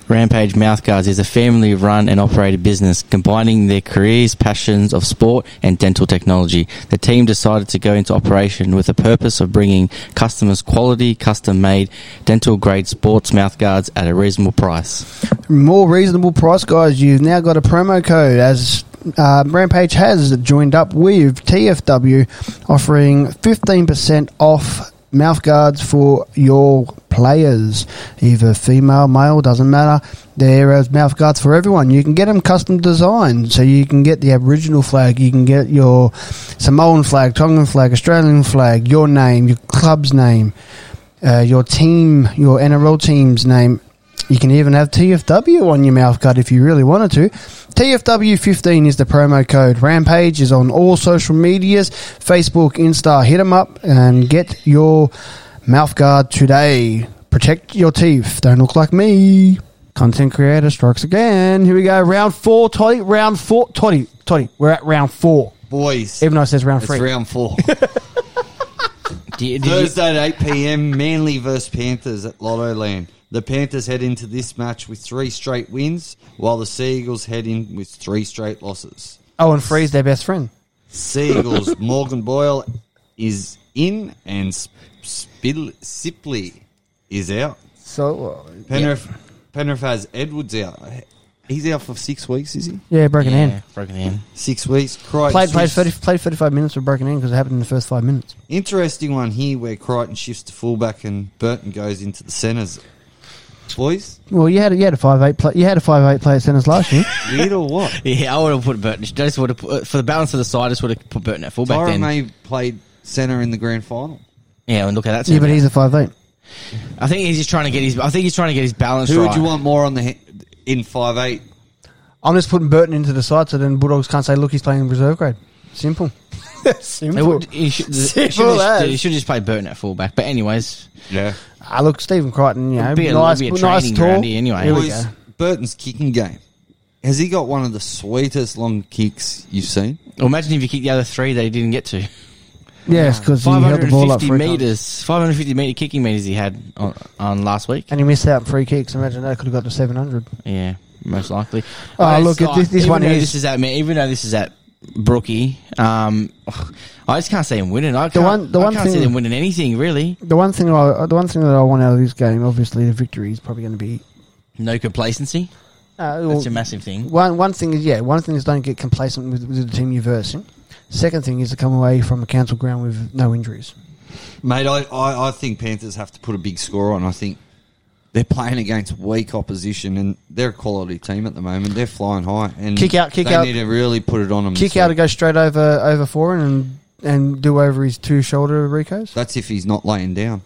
Rampage Mouthguards is a family run and operated business combining their careers, passions of sport, and dental technology. The team decided to go into operation with the purpose of bringing customers quality, custom made, dental grade sports mouthguards at a reasonable price. more reasonable price, guys. You've now got a promo code as uh, Rampage has joined up with TFW, offering 15% off mouth guards for your players, either female, male, doesn't matter. There are mouth guards for everyone. You can get them custom designed, so you can get the Aboriginal flag, you can get your Samoan flag, Tongan flag, Australian flag, your name, your club's name, uh, your team, your NRL team's name, you can even have TFW on your mouth guard if you really wanted to. TFW15 is the promo code. Rampage is on all social medias Facebook, Insta. Hit them up and get your mouth guard today. Protect your teeth. Don't look like me. Content creator strikes again. Here we go. Round four, Toddy. Round four, Toddy. Toddy. We're at round four. Boys, Even though it says round it's three. round four. Do you- do you- Thursday at 8 p.m. Manly versus Panthers at Lotto Land. The Panthers head into this match with three straight wins, while the Seagulls head in with three straight losses. oh, and Free's their best friend. Seagulls, Morgan Boyle is in and Sp- Spil- Sipley is out. So, uh, Penrith, Penrith has Edwards out. He's out for six weeks, is he? Yeah, broken yeah, hand. Broken hand. Six weeks. Crichton Played played shifts- 30, played thirty five minutes with broken hand because it happened in the first five minutes. Interesting one here where Crichton shifts to fullback and Burton goes into the centres. Boys, Well, you had you had a five eight play, you had a five eight play at centres last year. weird or what? Yeah, I would have put Burton. Just would have put, for the balance of the side. I just would have put Burton at fullback Tyron then. May played centre in the grand final. Yeah, and look at that. yeah, but he's a five eight. I think he's just trying to get his. I think he's trying to get his balance Who right. would you want more on the he- in five eight? I'm just putting Burton into the side so then Bulldogs can't say, look, he's playing in reserve grade. Simple. It Simple. would, he should, Simple he should just, as. he should just play Burton at fullback. But anyways, Yeah, Ah, look, Stephen Crichton, you know, It'd be a- nice, it'd be a nice training tall. ground here anyway. Here we go. Boys, Burton's kicking game. Has he got one of the sweetest long kicks you've seen? well, imagine if you kick the other three that he didn't get to. Yes, because he held the ball up 550 free meters. meters, 550 meter kicking meters he had on, on last week. and he missed out on free kicks. Imagine that could have got to 700. Yeah, most likely. Oh, I- look, I- this- this even one though is- This is at me. Even though this is at Brookie, um, I just can't see him winning. I can't, one- the I one can't see thing- them winning anything really. The one thing I, the one thing that I want out of this game, obviously, the victory is probably going to be. No complacency. Uh, well, That's a massive thing. one one thing is yeah, one thing is don't get complacent with, with the team you're versing. Second thing is to come away from a council ground with no injuries. Mate, I, I, I think Panthers have to put a big score on. I think they're playing against weak opposition and they're a quality team at the moment. They're flying high and Kick out, kick they out. need to really put it on them. Kick this out to week. go straight over over Foran and and do over his two shoulder recos. That's if he's not laying down.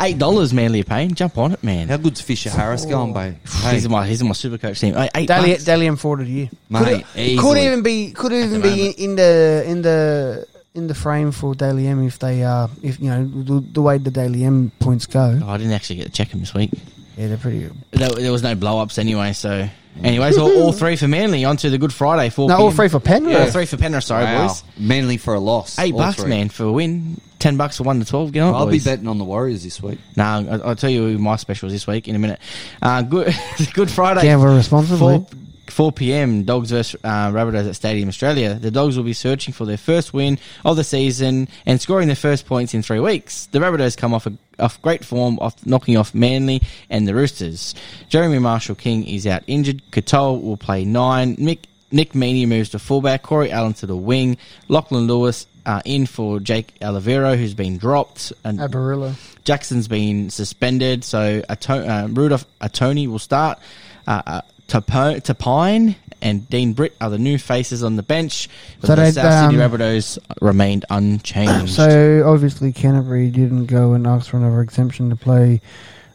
Eight dollars, manly are paying. Jump on it, man. How good's Fisher Harris going, babe? He's in my he's in my super coach team. Hey, Eight Daly bucks. Daly M Ford of the year. Mate, could, it- could easily. even be could even the be in, moment. in the in the in the frame for Daly M if they uh if you know the, the way the Daly M points go. Oh, I didn't actually get to check him this week. Yeah, they're pretty. Good. There, there was no blow ups anyway. So, anyways, all, all three for Manly onto the Good Friday. Four No, all PM. three for Penrith. All three for Penrith. Sorry, Wow. boys. Mainly for a loss. Eight all bucks, three. man, for a win. Ten bucks for one to twelve. Get on, I'll boys. be betting on the Warriors this week. Nah, I- I'll tell you my specials this week in a minute. Uh, good, Good Friday. Gamble responsibly. Four, 4 p.m. Dogs versus uh, Rabbitohs at Stadium Australia. The Dogs will be searching for their first win of the season and scoring their first points in three weeks. The Rabbitohs come off a, off great form off knocking off Manly and the Roosters. Jeremy Marshall King is out injured. Katoa will play nine. Mick Nick Meaney moves to fullback, Corey Allen to the wing, Lachlan Lewis uh, in for Jake Olivero, who's been dropped, and Abarillo. Jackson's been suspended, so Ato- uh, Rudolph Atoni will start. Uh, uh, Tapo- Tapine and Dean Britt are the new faces on the bench, but So the they, South Sydney um, Rabbitohs remained unchanged. So obviously Canterbury didn't go and ask for another exemption to play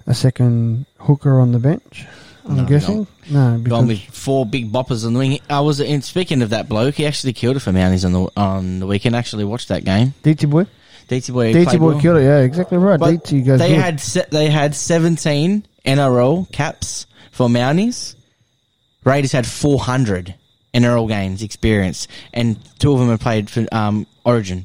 a second hooker on the bench. I'm No, guessing no because Gone with four big boppers on the wing. I was in speaking of that bloke. He actually killed it for Mounties on the on the weekend. I Actually, watched that game. DT boy, DT boy, DT played boy well. killed it. Yeah, exactly right. But DT goes. they good. had se- they had seventeen NRL caps for Mounties. Raiders had four hundred NRL games experience, and two of them had played for um, Origin.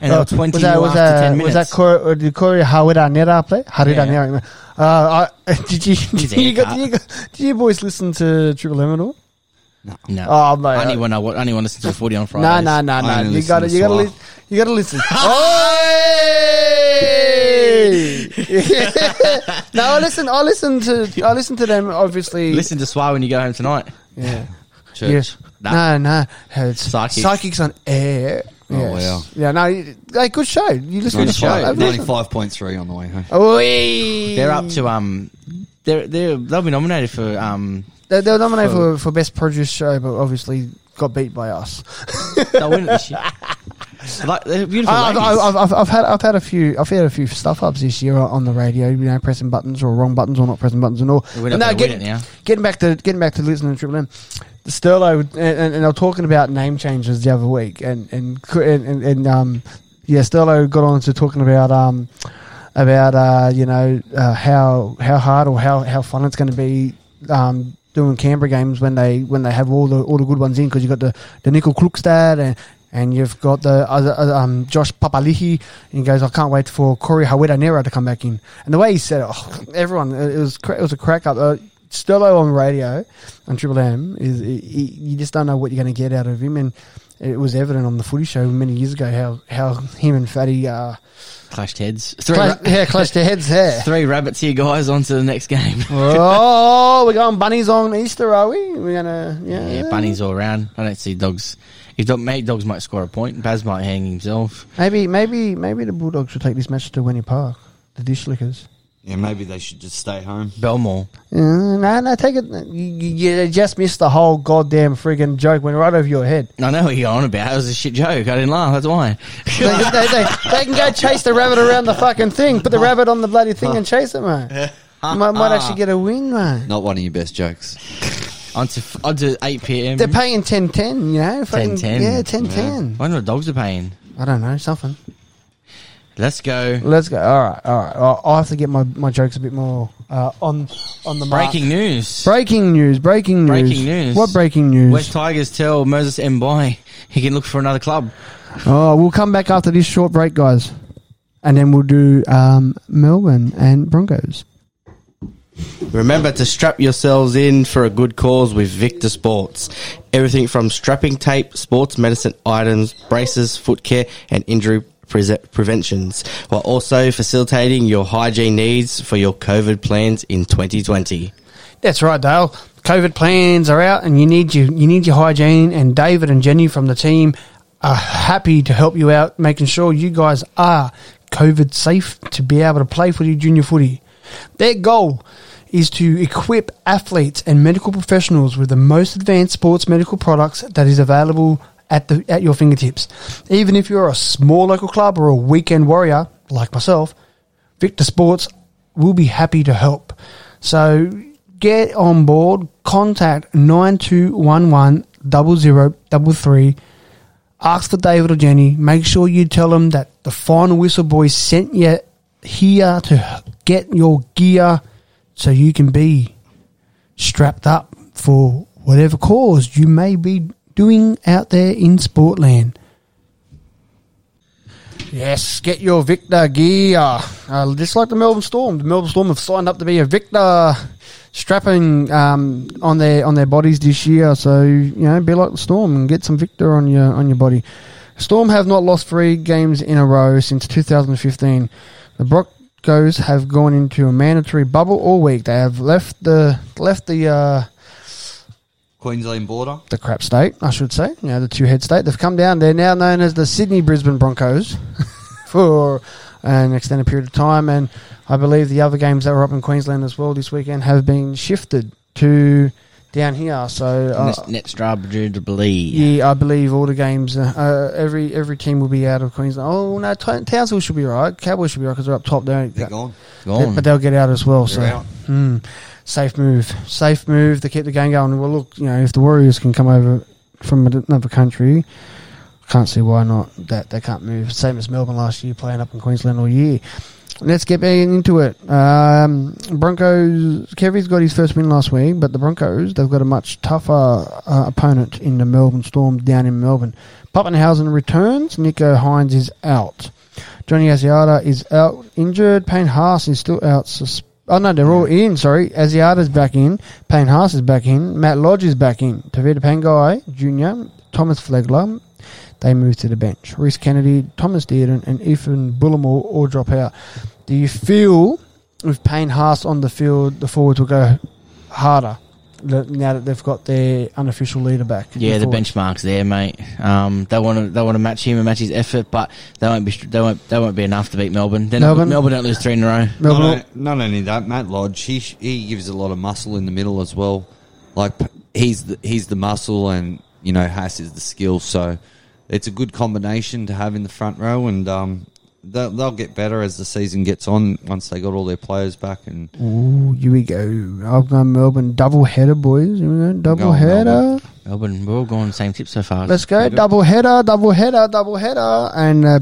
And they were Oh, twenty was that, was after that, ten minutes. was that Corey, or did Corey Harida Nera play? Harida Yeah. Nera. Uh, I, did you did He's you, haircut. got, did, you got, did you boys listen to Triple M at all? no, Oh, mate, only I- when I wa- only when I listen to forty on Fridays. No, no, no, I no. only You listen got to to you got to Salah. listen. You got to listen. Oi! no, I listen. I listen to I listen to them. Obviously, Listen to Swy when you go home tonight. Yeah. Church. Yes. Nah. No, no. It's Psychics. psychics on air. Oh, Yes. wow. Yeah, no, you- hey, good show. You listen to Oh, the show. Have a listen. 95.3 on the way home. Oi! They're up to um, they're they they'll be nominated for um, They, they were nominated for, for best produce show, but obviously got beat by us. they'll win it this year. like they're beautiful. I, Uh, I've, ladies. I've, I've, I've had I've had a few I've had a few stuff ups this year on the radio, you know, pressing buttons or wrong buttons or not pressing buttons and all. We're But not no, gonna win getting, it now. getting back to getting back to listening to Triple M, Sterlo and, and, and I was talking about name changes the other week, and and cou- and, and, and um yeah, Sterlo got on to talking about um about uh you know uh, how how hard or how how fun it's going to be. Um, Doing Canberra games when they when they have all the all the good ones in because you got the the Nickel Crookstad and and you've got the other, other um, Josh Papalihi, and he goes, "I can't wait for Corey Haweda Nera to come back in." And the way he said it, oh, everyone, it it was cra- it was a crack up. Uh, Sterlo on radio on Triple M is he, he, you just don't know what you're going to get out of him, and it was evident on the Footy Show many years ago how how him and Fatty uh, clashed heads. Three, Clash, ra- yeah, clash their heads there. three rabbits here, guys. On to the next game. oh, we're going bunnies on Easter, are we? We're gonna yeah, yeah, bunnies Uh, all around. I don't see dogs. If dog, mate, dogs might score a point. Baz might hang himself. Maybe, maybe, maybe the Bulldogs should take this match to Wenny Park. The dish lickers. Yeah, maybe they should just stay home. Belmore. Mm, no, no, take it. You, you you just missed the whole goddamn friggin' joke. Went right over your head. I know what you're on about. It was a shit joke. I didn't laugh. That's why. they, they, they, they can go chase the rabbit around the fucking thing. Put the rabbit on the bloody thing and chase it, mate. might, might actually get a win, mate. Not one of your best jokes. on to f- on to eight pm. They're paying ten ten, you know. fucking- 10. Yeah, ten ten. I wonder what dogs are paying. I don't know something. Let's go. Let's go. All right, all right. I'll, I'll have to get my, my jokes a bit more uh, on on the mark. Breaking news. breaking news. Breaking news. Breaking news. What breaking news? West Tigers tell Moses Mbai he can look for another club. Oh, we'll come back after this short break, guys, and then we'll do um, Melbourne and Broncos. Remember to strap yourselves in for a good cause with Victor Sports. Everything from strapping tape, sports medicine items, braces, foot care, and injury pre- preventions, while also facilitating your hygiene needs for your COVID plans in 2020. That's right, Dale. COVID plans are out, and you need your you need your hygiene. And David and Jenny from the team are happy to help you out, making sure you guys are COVID safe to be able to play for your junior footy. Their goal is to equip athletes and medical professionals with the most advanced sports medical products that is available at the at your fingertips. Even if you're a small local club or a weekend warrior like myself, Victor Sports will be happy to help. So get on board, contact 9211 0033, ask for David or Jenny, make sure you tell them that the final whistle boy sent you here to get your gear so you can be strapped up for whatever cause you may be doing out there in Sportland. Yes, get your Victor gear. Uh, just like the Melbourne Storm, the Melbourne Storm have signed up to be a Victor strapping um, on their on their bodies this year. So you know, be like the Storm and get some Victor on your on your body. Storm have not lost three games in a row since 2015. The Broncos have gone into a mandatory bubble all week. They have left the left the. Uh, Queensland border. the crap state, I should say. You know, the two head state. They've come down. They're now known as the Sydney Brisbane Broncos for an extended period of time. And I believe the other games that were up in Queensland as well this weekend have been shifted to down here. So uh, Net- Net Strabridge to believe. yeah, I believe all the games, uh, uh, every every team will be out of Queensland. Oh no, T- Townsville should be right. Cowboys should be right because they're up top there. They're gone. Gone. But they'll get out as well. so They're out. Hmm. safe move, safe move to keep the game going. Well, look, you know, if the Warriors can come over from another country, can't see why not. That they can't move. Same as Melbourne last year, playing up in Queensland all year. Let's get back into it. Um, Broncos. Kevy's got his first win last week, but the Broncos they've got a much tougher uh, opponent in the Melbourne Storm down in Melbourne. Pappenhausen returns. Nico Hines is out. Johnny Asiata is out injured. Payne Haas is still out. Sus- oh no, they're all in. Sorry, Asiata's back in. Payne Haas is back in. Matt Lodge is back in. Tavita Pangai Jr. Thomas Flegler. They move to the bench. Reese Kennedy, Thomas Dearden, and Ethan Bullimore all drop out. Do you feel with Payne Haas on the field, the forwards will go harder le- now that they've got their unofficial leader back? Yeah, the forwards? benchmark's there, mate. Um, they want to they want to match him and match his effort, but they won't be they won't they won't be enough to beat Melbourne. They're Melbourne? Not, Melbourne don't lose three in a row. Not, Melbourne- o- not only that, Matt Lodge, he sh- he gives a lot of muscle in the middle as well. Like p- he's the, he's the muscle, and you know Haas is the skill. So it's a good combination to have in the front row, and um, they'll, they'll get better as the season gets on. Once they got all their players back, and Ooh, here we go. I've gone Melbourne double header, boys. Here we go. Double Go on, header. Melbourne. Melbourne, we're all going the same tip so far. Let's go. Double header, double header, double header. And uh,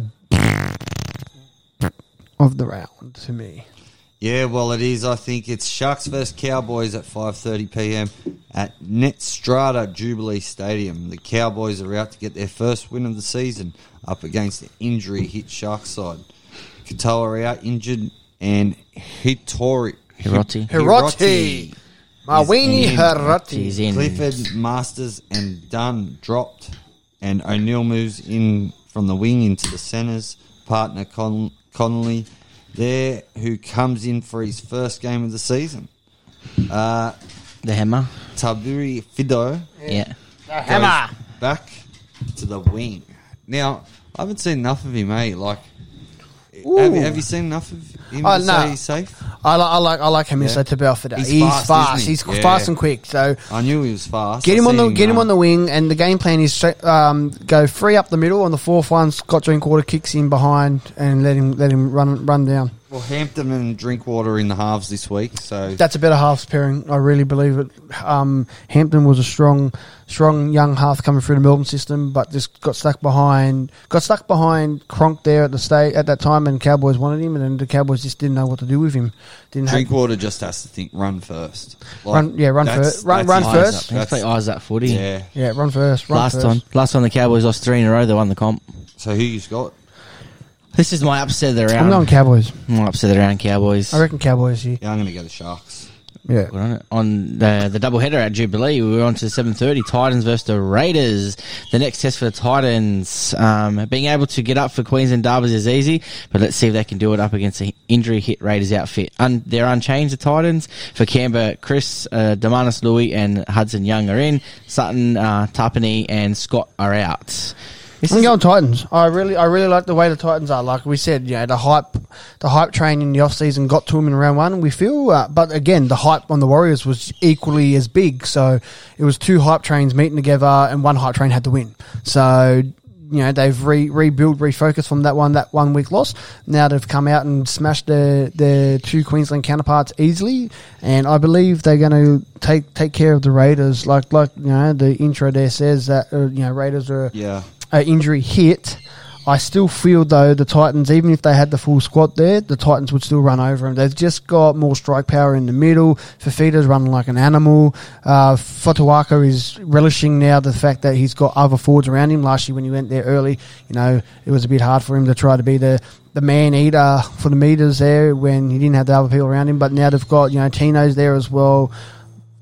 of the round to me. yeah, well, it is. I think it's Sharks versus Cowboys at five thirty p.m. at Netstrata Jubilee Stadium. The Cowboys are out to get their first win of the season up against the injury-hit Sharks side. Katoa are out injured, and Hitori Hirotti. Hirotti. Mawini in. Harati. He's in. Clifford, Masters, and Dunn dropped, and O'Neill moves in from the wing into the centres. Partner Con- Connolly there, who comes in for his first game of the season. Uh, The hammer. Taburi Fido Yeah. Uh, goes back to the wing. Now, I haven't seen enough of him, eh? Like, have, have you seen enough of him Oh, to no. say he's safe? I, li- I like I like him Yeah. inside to Bell for that. He's He's, fast, fast. isn't he? He's Yeah. fast and quick. So I knew he was fast. get I him on seen the get him uh, on the wing, and the game plan is um, go free up the middle on the fourth one. Scott Drinkwater kicks in behind and let him let him run run down. Well, Hampton and Drinkwater in the halves this week, so That's a better halves pairing. I really believe it. Um, Hampton was a strong, strong young half coming through the Melbourne system, but just got stuck behind. Got stuck behind Cronk there at the state at that time, and Cowboys wanted him, and then the Cowboys just didn't know what to do with him. Didn't have, Drinkwater just has to think run first. Like, Run- yeah, run that's- first. Run- that's run his first. up. Let's play That's- eyes up footy. yeah. yeah, run first. Run last first. time, last time the Cowboys lost three in a row, they won the comp. So who you got? This is my upset of the round. I'm going Cowboys. My upset of the round, Cowboys. I reckon Cowboys here. Yeah, I'm going to go the Sharks. Yeah. We're on it. On the, the double header at Jubilee, we were on to 7.30, Titans versus the Raiders. The next test for the Titans. Um, being able to get up for Queensland Derbies is easy, but let's see if they can do it up against the injury hit Raiders outfit. Un- they're unchanged, the Titans. For Canberra, Chris, uh, Damaris Louis and Hudson Young are in. Sutton, uh, Tarpany and Scott are out. This I'm is- going Titans. I really, I really like the way the Titans are. Like we said, you know, the hype, the hype train in the off season got to them in round one. We feel, uh, but again, the hype on the Warriors was equally as big. So it was two hype trains meeting together, and one hype train had to win. So you know they've re- rebuilt, refocused from that one, that one week loss. Now they've come out and smashed their their two Queensland counterparts easily, and I believe they're going to take take care of the Raiders. Like like you know the intro there says that uh, you know Raiders are Yeah. uh, injury hit. I still feel though the Titans, even if they had the full squad there, the Titans would still run over them. They've just got more strike power in the middle. Fafita's running like an animal. Uh, Fotuaka is relishing now the fact that he's got other forwards around him. Last year when he went there early, you know it was a bit hard for him to try to be the the man eater for the meters there when he didn't have the other people around him. But now they've got you know Tino's there as well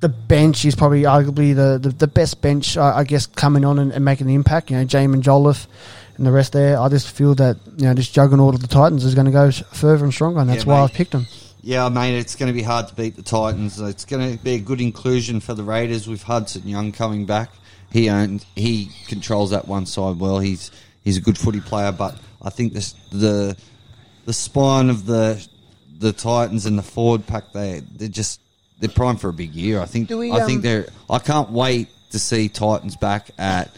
the bench is probably arguably the, the, the best bench, I, I guess, coming on and, and making an impact. You know, Jamin Jolliffe and the rest there. I just feel that, you know, this juggernaut of the Titans is going to go s- further and stronger, and that's Yeah, why mate. I've picked them. Yeah, mate, it's going to be hard to beat the Titans. It's going to be a good inclusion for the Raiders with Hudson Young coming back. He owned, he controls that one side well. He's he's a good footy player, but I think this, the the spine of the the Titans and the forward pack they they're just they're primed for a big year. I think Do we, I think um, they're I can't wait to see Titans back at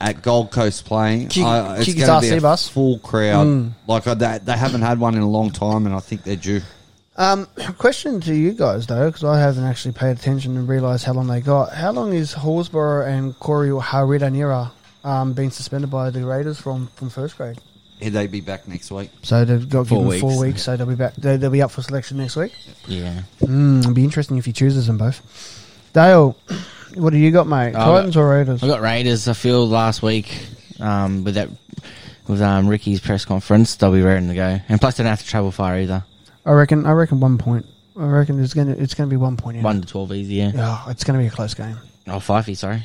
at Gold Coast playing. Kick- I, it's kick going his to ass, be a Sebas. full crowd. Mm. Like I, they, they haven't had one in a long time, and I think they're due. Um, question to you guys, though, because I haven't actually paid attention and realised how long they got. How long is Horsborough and Corey Haridanira um, being suspended by the Raiders from, from first grade? Here they be back next week. So they've got Four given four weeks. weeks, so they'll be back. They, they'll be up for selection next week. yeah. Mm, it'll be interesting if he chooses them both. Dale, what do you got, mate? Oh, Titans or Raiders? I got Raiders. I feel last week um, with that with um, Ricky's press conference, they'll be raring to go. And plus, they don't have to travel far either. I reckon. I reckon one point. I reckon it's gonna it's gonna be one point. in it. One to twelve easy. Yeah. Yeah, it's gonna be a close game. Oh, Fifey, sorry.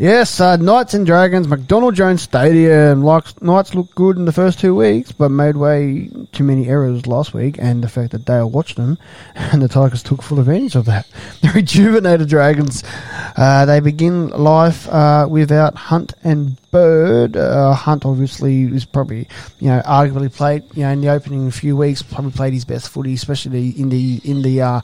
Yes, uh, Knights and Dragons, McDonald Jones Stadium. Like, Knights looked good in the first two weeks, but made way too many errors last week, and the fact that Dale watched them, and the Tigers took full advantage of that. The rejuvenated Dragons, uh, they begin life uh, without Hunt and Bird. Uh, Hunt obviously is probably, you know, arguably played, you know, in the opening few weeks, probably played his best footy, especially in the in the. Uh,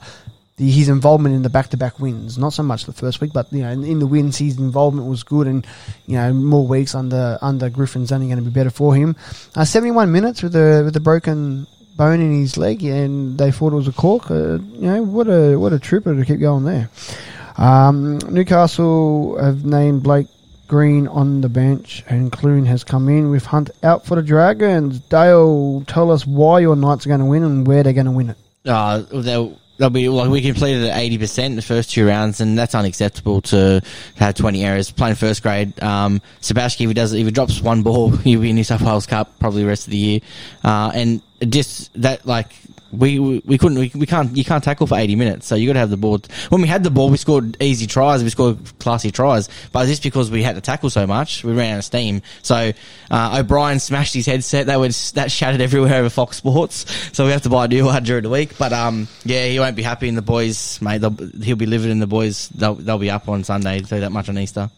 the, his involvement in the back-to-back wins, not so much the first week, but you know, in, in the wins, his involvement was good, and you know, more weeks under under Griffin's only going to be better for him. Uh, Seventy-one minutes with a with a broken bone in his leg, and they thought it was a cork. Uh, you know, what a what a trooper to keep going there. Um, Newcastle have named Blake Green on the bench, and Clune has come in with Hunt out for the Dragons. Dale, tell us why your Knights are going to win and where they're going to win it. Uh, they'll, they'll be like we completed at eighty percent the first two rounds, and that's unacceptable to have twenty errors playing first grade. Um, Sebastian, if he does, if he drops one ball, he'll be in New South Wales Cup probably the rest of the year. Uh, and just that like we we, we couldn't we, we can't you can't tackle for eighty minutes. So you got to have the ball. When we had the ball, we scored easy tries. We scored classy tries. But just because we had to tackle so much, we ran out of steam. So uh, O'Brien smashed his headset. That was that shattered everywhere over Fox Sports. So we have to buy a new one during the week. But um, yeah, he won't be happy, and the boys, mate, they'll- he'll be livid, and the boys they'll they'll be up on Sunday. So that much on Easter.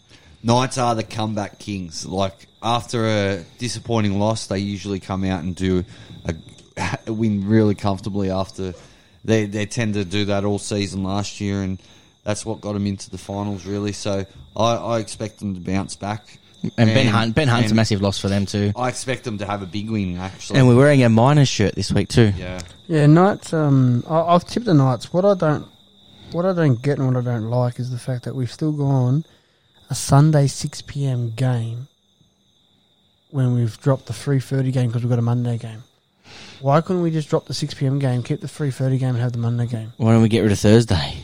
Knights are the comeback kings. Like after a disappointing loss, they usually come out and do a win really comfortably. After they they tend to do that all season last year, and that's what got them into the finals really. So I, I expect them to bounce back. And, Ben Hunt, Ben Hunt's a and massive loss for them too. I expect them to have a big win actually. And we're wearing a miners shirt this week too. yeah. Yeah, Knights. Um, I, I've tipped the Knights. What I don't, what I don't get and what I don't like is the fact that we've still gone a Sunday six p.m. game when we've dropped the three thirty game because we've got a Monday game. Why couldn't we just drop the six p.m. game, keep the three thirty game, and have the Monday game? Why don't we get rid of Thursday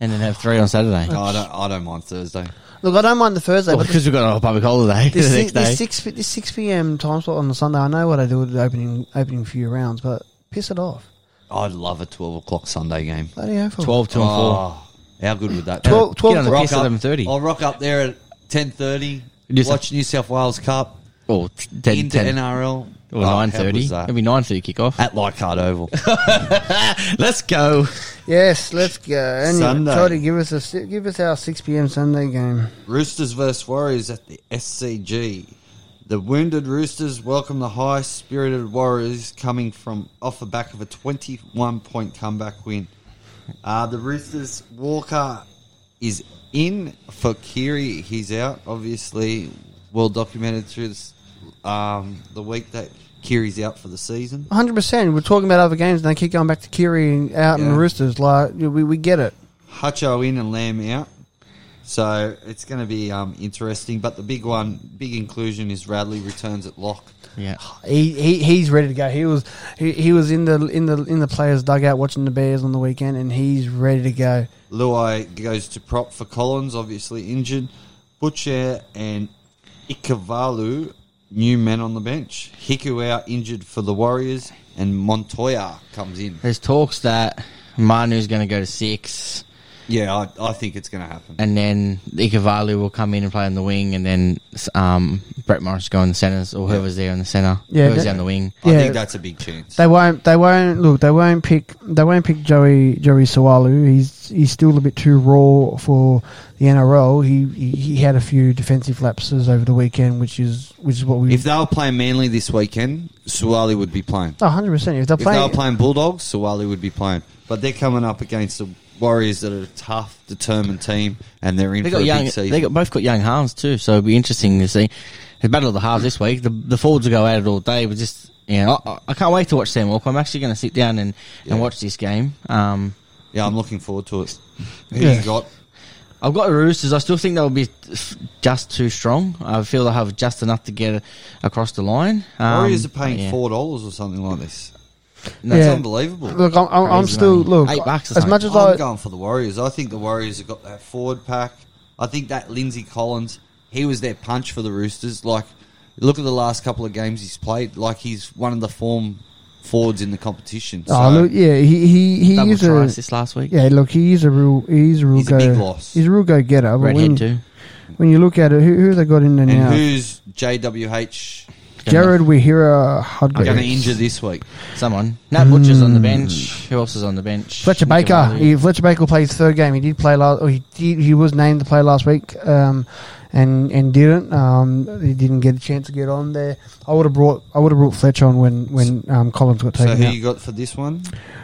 and then have three on Saturday? No, I don't. I don't mind Thursday. Look, I don't mind the Thursday, but the, Oh, because we've got a public holiday the, the si- next the day. six the six p.m. time slot on the Sunday. I know what I do with the opening opening few rounds, but piss it off. I'd love a twelve o'clock Sunday game. Bloody hell. 12, 2 and 4. Oh, how good would that? be? Twelve- twelve get on the o'clock. piss at 11.30. I'll rock up there at ten thirty. Just- Watch New South Wales Cup. Or t- 10, into 10 NRL. or Oh, nine how thirty. was that? It'll be nine thirty kickoff. At Leichhardt Oval. Let's go. Yes, let's go. And Sunday. Toddy, give us a si- give us our six p.m. Sunday game. Roosters versus Warriors at the SCG. The wounded Roosters welcome the high spirited Warriors coming from off the back of a 21 point comeback win. Uh, the Roosters, Walker is in for Kiri. He's out, obviously, well documented through this, um, the week that Kiri's out for the season. Hundred percent. We're talking about other games, and they keep going back to Kiri and out and Yeah. the Roosters. Like we, we get it. Hutcho in and Lamb out. So it's going to be um, interesting. But the big one, big inclusion is Radley returns at lock. Yeah. He, he he's ready to go. He was he, he was in the in the in the players dugout watching the Bears on the weekend, and he's ready to go. Luai goes to prop for Collins, obviously injured. Butcher and Ikavalu, new men on the bench. Hiku out injured for the Warriors, and Montoya comes in. There's talks that Manu's going to go to six, Yeah, I, I think it's going to happen. and then Ikavalu will come in and play on the wing, and then um, Brett Morris go in the centres or whoever's there in the centre. Yeah, whoever's that- down the wing. I Yeah. think that's a big chance. They won't they won't look. They won't pick they won't pick Joey Joey Sawalu. He's he's still a bit too raw for the NRL. He he, he had a few defensive lapses over the weekend, which is which is what we. If they were playing Manly this weekend, Suwali would be playing. Oh, hundred percent. If they're If they were playing playing, Bulldogs, Sawali would be playing. But they're coming up against the Warriors that are a tough, determined team, and they're in They for got a young. big season. They got both got young halves too, so it'll be interesting to see. The battle of the halves this week. The the forwards will go at it all day. But just you know, I, I can't wait to watch Sam Walker. I'm actually going to sit down and, and watch this game. Um, yeah, I'm looking forward to it. Who Yeah. you got? I've got the Roosters. I still think they'll be f- just too strong. I feel they have just enough to get across the line. Um, Warriors are paying but yeah. four dollars or something like this. No, That's Yeah. unbelievable. look, I'm, I'm, I'm Crazy still money. look Eight bucks or as something. much as I'm I going for the Warriors. I think the Warriors have got that forward pack. I think that Lindsay Collins, he was their punch for the Roosters. Like, look at the last couple of games he's played. Like, he's one of the form forwards in the competition. So Oh, look, yeah, he he he double is tries a this last week. yeah. Look, he is a real he's a real He's a go. big loss. He's a real go getter. But when, Redhead too. when you look at it, who who they got in there and now? who's JWH Jared Wihira going to Hudgrave, injure this week? Someone. Nat Butcher's on the bench. Who else is on the bench? Hmm. Fletcher Nick Baker. Amalu. He, Fletcher Baker plays third game. He did play last. Or he did, he was named to play last week. Um, and and didn't. Um, he didn't get a chance to get on there. I would have brought I would have brought Fletcher on when when um Collins got So taken who out. you got for this one?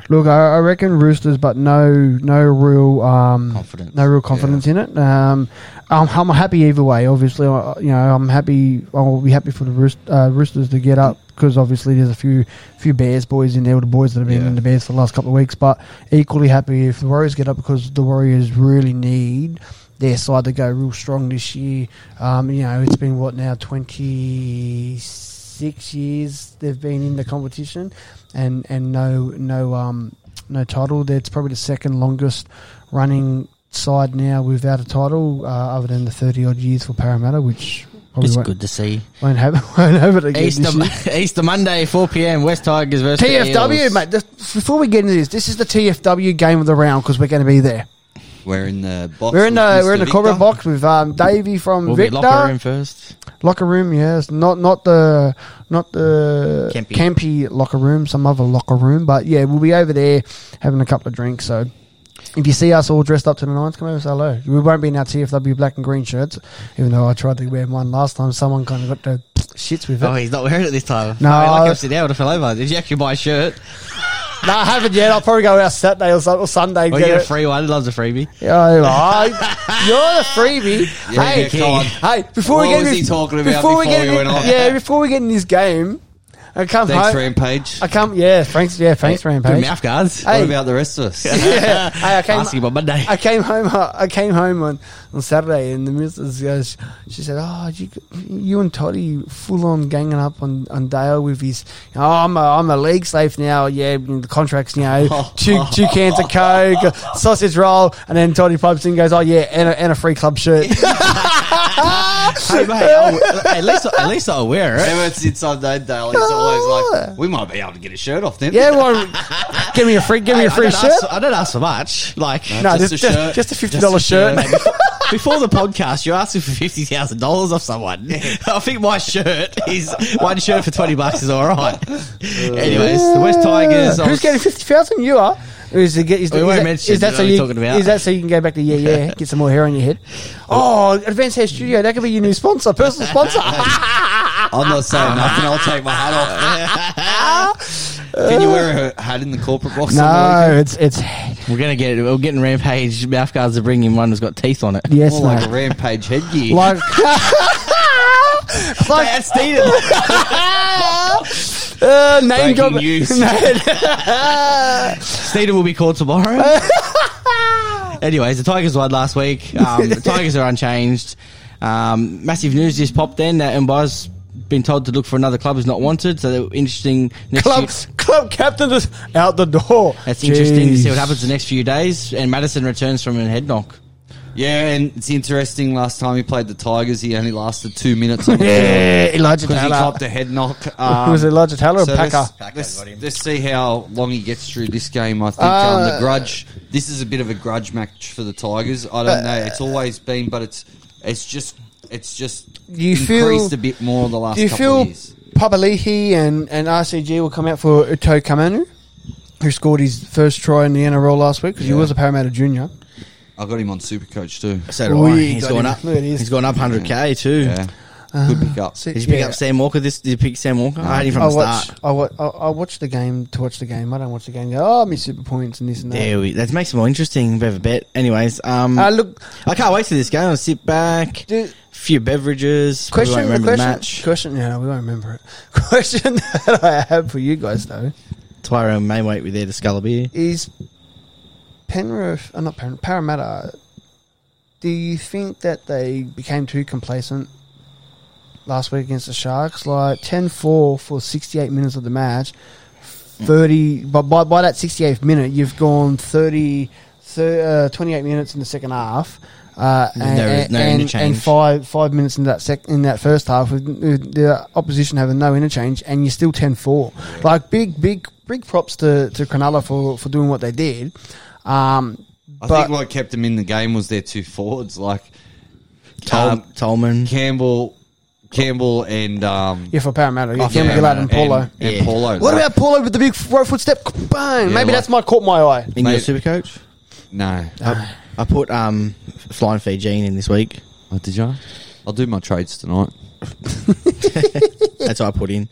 Look, I, I reckon Roosters, but no no real um Confidence. no real confidence in it. Um, I'm, I'm happy either way. Obviously, I, you know, I'm happy. I'll be happy for the Roost, uh, Roosters to get up because obviously there's a few few Bears boys in there, with the boys that have been Yeah. in the Bears for the last couple of weeks. But equally happy if the Warriors get up because the Warriors really need their side to go real strong this year. Um, you know, it's been what now twenty six years they've been in the competition, and and no no um no title. That's probably the second longest running side now without a title, uh, other than the thirty odd years for Parramatta, which Probably it's won't, good to see. Won't have, won't have it again. Easter, this year. Easter Monday, 4 p.m. West Tigers versus the TFW, Eels. mate. This, before we get into this, this is the TFW game of the round because we're going to be there. We're in the box. We're in with the we're in Mr. the corporate Victor. box with um, Davey from We'll be Victor. locker room first. Locker room, yes. Not not the not the Kempy. locker room, some other locker room. But yeah, we'll be over there having a couple of drinks. So if you see us all dressed up to the nines, come over and say hello. We won't be in our TFW black and green shirts, even though I tried to wear one last time. Someone kind of got the shits with it. Oh, he's not wearing it this time. Oh, No. I mean, like upside down, would have fell over. Did you actually buy a shirt? No, I haven't yet. I'll probably go out Saturday or, so- or Sunday. and Well, get Oh, you get a it. free one. Loves a freebie. Oh, I- you're the freebie. Yeah, hey, yeah, come on. hey, before What we get was in- he talking about we before get we in- went on? yeah, before we get in this game, I come Thanks, home. Rampage. I come, yeah, Frank's, yeah, Frank's Good rampage. mouth guards. What Hey. about the rest of us? yeah, hey, I came, Asking about Monday. I came home. uh, I came home on, on Saturday, and the missus goes. She said, "Oh, you, you and Toddy full on ganging up on, on Dale with his. Oh, I'm a, I'm a league slave now. Yeah, the contracts you know, two two cans of coke, sausage roll, and then Toddy pipes in, and goes, oh yeah, and a, and a free club shirt. hey, mate, I'll- at least at least I'll wear it. Ever since I've known Dale, he's always Oh. like, we might be able to get a shirt off then. yeah, well, give me a free, give me a I free don't shirt. Ask, I don't ask for much. Like No, Just just, a just, shirt. just a fifty dollars shirt. Mate, before, before the podcast, you're asking for fifty thousand dollars off someone. I think my shirt is one shirt for twenty bucks is all right. Anyways, the West Tigers. I Ah, Who's was- getting fifty thousand? You are. Is, the, is, the, We won't is, that, mention is that so what we're you talking about. is that so you can go back to yeah yeah get some more hair on your head? Oh, Advanced Hair Studio that could be your new sponsor, personal sponsor. I'm not Ah. saying nothing. I'll take my hat off. Can you wear a hat in the corporate box? on the no, weekend? it's it's We're gonna get it. We're getting rampage mouth guards to bring in one that's got teeth on it. yes, More mate. like a rampage headgear. like like That's needed. uh, name Breaking job. news. Steeden will be called tomorrow. Anyways, the Tigers won last week. Um, the Tigers are unchanged. Um, massive news just popped in that Mbai's been told to look for another club who's not wanted. So they're interesting. Next club Few, club captain is out the door. that's interesting to see what Jeez. happens the next few days. And Madison returns from a head knock. Yeah, and it's interesting. Last time he played the Tigers, he only lasted two minutes on the Yeah, Elijah because he Taylor. copped a head knock. Um, was it Elijah Taylor or so let's- Packer? Let's, let's see how long he gets through this game. I Uh, think um, the grudge. This is a bit of a grudge match for the Tigers. I don't know. It's always been, but it's it's just it's just You feel- increased a bit more the last Do you couple of feel years. Papalihi and, and RCG will come out for Uto Kamanu, who scored his first try in the NRL last week because he was a Parramatta junior? I got him on Supercoach too. So do do We I. I. He's He's got gone him. gone up. up- Look at his- He's gone up 100k too. Yeah, good pick up. Uh, See- Did you pick yeah. up Sam Walker? This did you pick Sam Walker? I had him from I the watch, start. I, wa- I, I watch the game to watch the game. I don't watch the game. Go, oh, I miss super points and this and that. There we. That makes it more interesting. Bit of a bet. Anyways, um, Uh, look, I can't wait to this game. I'll sit back, do, few beverages. probably question, won't the remember question, the match. question. Yeah, we won't remember it. Question that I have for you guys though Tyrone Mainwaite with there to scull a beer. is Penrith, uh, not Penrith, Parramatta. Do you think that they became too complacent last week against the Sharks? Like 10-4 for sixty-eight minutes of the match. Thirty, but by, by that sixty-eighth minute, you've gone 30, thir uh, twenty-eight minutes in the second half. Uh, and, There is no and- interchange. and five five minutes in that sec- in that first half with, with the opposition having no interchange and you're still 10-4 like big big big props to to Cronulla for for doing what they did um I but think what kept him in the game was their two forwards, like Tol- um, Tolman. Campbell, Campbell, and um, yeah for Parramatta yeah, Oh, Campbell Gillard and Paulo And, and Yeah. Paulo. what Like, about Paulo with the big right foot step bang maybe like- that's my caught my eye In your mate. super coach? No. I, I put um, Flying Fijian in this week. Oh, did you? I'll do my trades tonight. That's what I put in.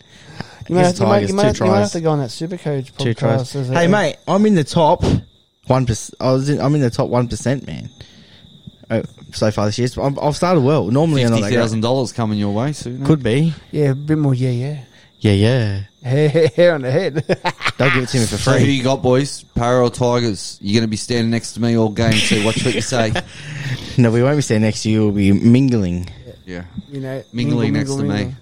you might, Against you, might, Tigers, you, might, you two might tries. have to go on that Supercoach podcast Two tries. as a- Hey, mate, I'm in the top one percent. I was in, I'm in the top one percent, man. Oh, so far this year, So I've, I've started well. Normally, I'm not Fifty that thousand great. dollars coming your way soon. eh? Could be. yeah a bit more yeah yeah Yeah, yeah. hair, hair, hair on the head They'll give it to me for So who free. you got, boys? Para or Tigers? You're going to be standing next to me all game, so watch what you say. No, we won't be standing next to you. We'll be mingling. Yeah, you know mingling next to mingle. me.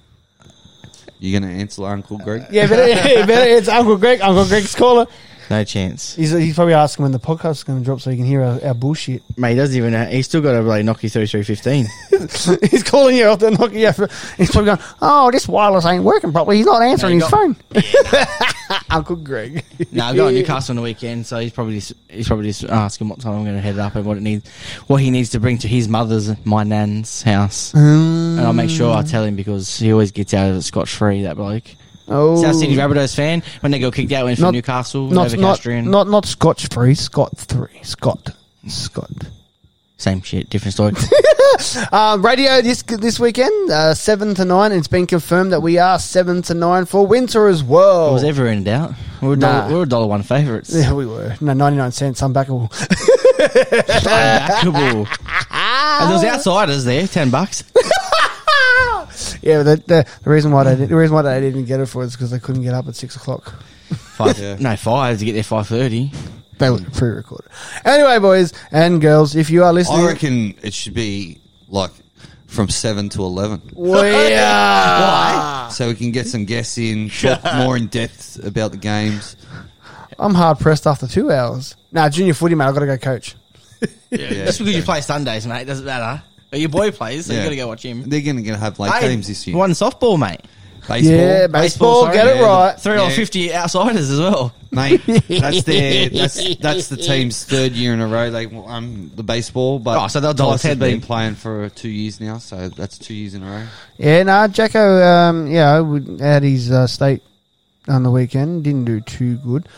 You're going to answer Uncle Greg. Yeah, but, yeah, but it's Uncle Greg. Uncle Greg's caller. No chance. He's, he's probably asking when the podcast's going to drop so he can hear our, our bullshit. Mate, he doesn't even. Have, he's still got to like knock you thirty three fifteen. he's calling you off the Nokia. For, he's probably going, oh, this wireless ain't working properly. He's not answering you his phone. Uncle Greg. no, I've got Newcastle on the weekend, so he's probably just, he's probably just asking what time I'm going to head up and what it needs, what he needs to bring to his mother's, my nan's house, and I'll make sure I tell him because he always gets out of it scotch free. That bloke, Oh, South Sydney Rabbitohs fan, when they got kicked out, went from Not- Newcastle, Oh, not, not, Novocastrian. not, not Scotch free, Scott three, Scott, Scott. Same shit, different story. Uh, radio this this weekend, uh, seven to nine. It's been confirmed that we are seven to nine for winter as well. I was ever in doubt. We were, Nah. dollar, we were dollar one favourites. yeah, we were no ninety nine cents unbackable. Unbackable. and there was outsiders there, ten bucks. yeah, the, the, the reason why they did, the reason why they didn't get it for is because they couldn't get up at six o'clock. Five, Yeah. no five to get there five thirty. They were pre-recorded. Anyway, boys and girls, if you are listening, I reckon it should be like from seven to eleven. we uh, are. Ah. Why? So we can get some guests in, talk more in depth about the games. I'm hard pressed after two hours. Nah, junior footy mate, I got to go coach. Just because you play Sundays, mate, doesn't matter. But your boy plays, so Yeah. you got to go watch him. They're going to have like Hey, games this year. One softball, mate. Baseball. Yeah, baseball, sorry. get it Yeah, right. Three or fifty outsiders as well. mate. That's their that's that's the team's third year in a row. They won the baseball, but Oh, so they'll dollar Tyson 10 been then. playing for two years now, so that's two years in a row. Yeah, nah, Jacko, um, yeah, would- had his uh, state on the weekend. Didn't do too good.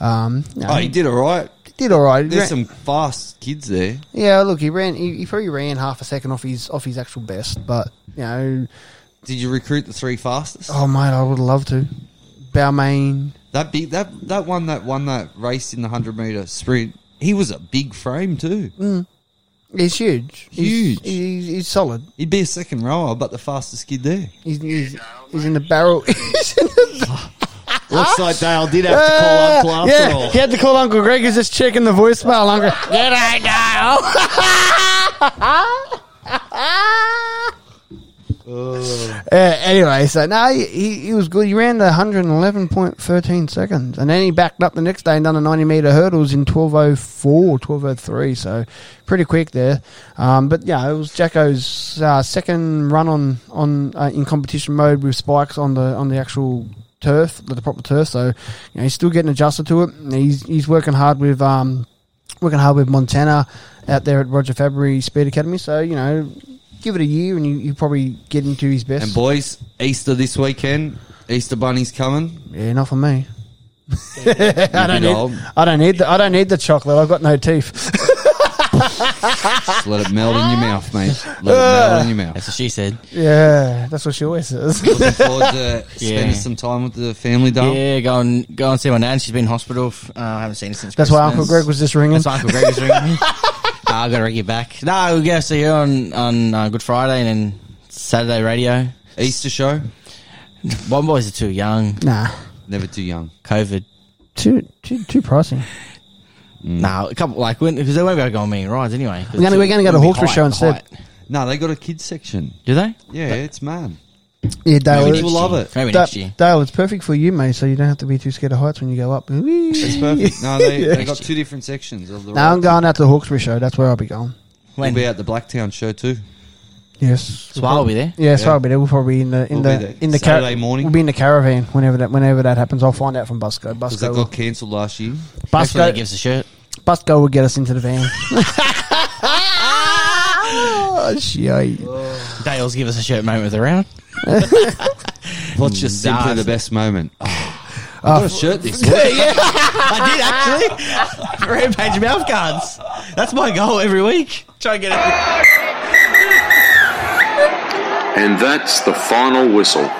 Um, no, Oh, he did all right. did all right. He There's some ran- fast kids there. yeah, look, he ran. He, he probably ran half a second off his off his actual best, but you know, Did you recruit the three fastest? oh mate, I would love to. Balmain, That big that that one that won that race in the hundred meter sprint. He was a big frame too. he's huge, He's- Huge. He's, he's solid. He'd be a second rower, but the fastest kid there. He's, he's, he's in the barrel. He's in the Uh, Looks like Dale did have to call Uncle after yeah, he had to call Uncle Greg. He's just checking the voicemail. Uncle, get I now. Uh, anyway, so no, he- he, he was good. He ran the 111.13 seconds, and then he backed up the next day and done the 90 meter hurdles in 1204, 1203. So pretty quick there. Um, but yeah, it was Jacko's uh, second run on on uh, in competition mode with spikes on the on the actual turf, the proper turf. So you know, he's still getting adjusted to it. He's he's working hard with um, working hard with Montana out there at Roger Fabry Speed Academy. So you know. Give it a year, and you you probably get into his best. And boys, Easter this weekend. Easter bunny's coming. Yeah, not for me. I don't know. I don't need the I don't need the chocolate. I've got no teeth. Just let it melt in your mouth, mate. Let it melt in your mouth. That's what she said. yeah, that's what she always says. Looking forward to Yeah. spending some time with the family, Dale. Yeah, go and go and see my nan. She's been in hospital. f- Uh, I haven't seen her since. that's why Uncle Christmas. Greg was just ringing. That's why Uncle Greg was ringing me. Ah, I got to ring you back. No, we'll go see her on on uh, Good Friday and then Saturday radio. Easter show, One boys are too young. Nah, never too young. COVID. too too too pricey. Mm. No, a couple like because they won't be able to go on many rides anyway. 'cause We're gonna- it's- we're gonna go to it'll be Hawkesbury height- show instead. height. No, they got a kids section. Do they? Yeah, it's mad. Yeah, Maybe Dale, next it's, love it. Maybe Da- next year. Dale, it's perfect for you, mate. So you don't have to be too scared of heights when you go up. Whee! It's perfect. No, they, they got two different sections of the. Now I'm ride. going out to the Hawkesbury show. That's where I'll be going. We'll When? be at the Blacktown show too. Yes, So I'll be there. Yeah, so I'll be there. We'll probably be in the in We'll be the there. in the car- Saturday morning. We'll be in the caravan whenever that whenever that happens. I'll find out from Busco. Because that Busco, will, got cancelled last year. Hopefully they Busco, give us a shirt. Busco will get us into the van. oh, shit. Dale's give us a shirt moment of the round. What's just Mm, simply the best moment? Oh, I got a shirt this week. I did actually. Rampage mouth guards. That's my goal every week. Try and get it. And that's the final whistle.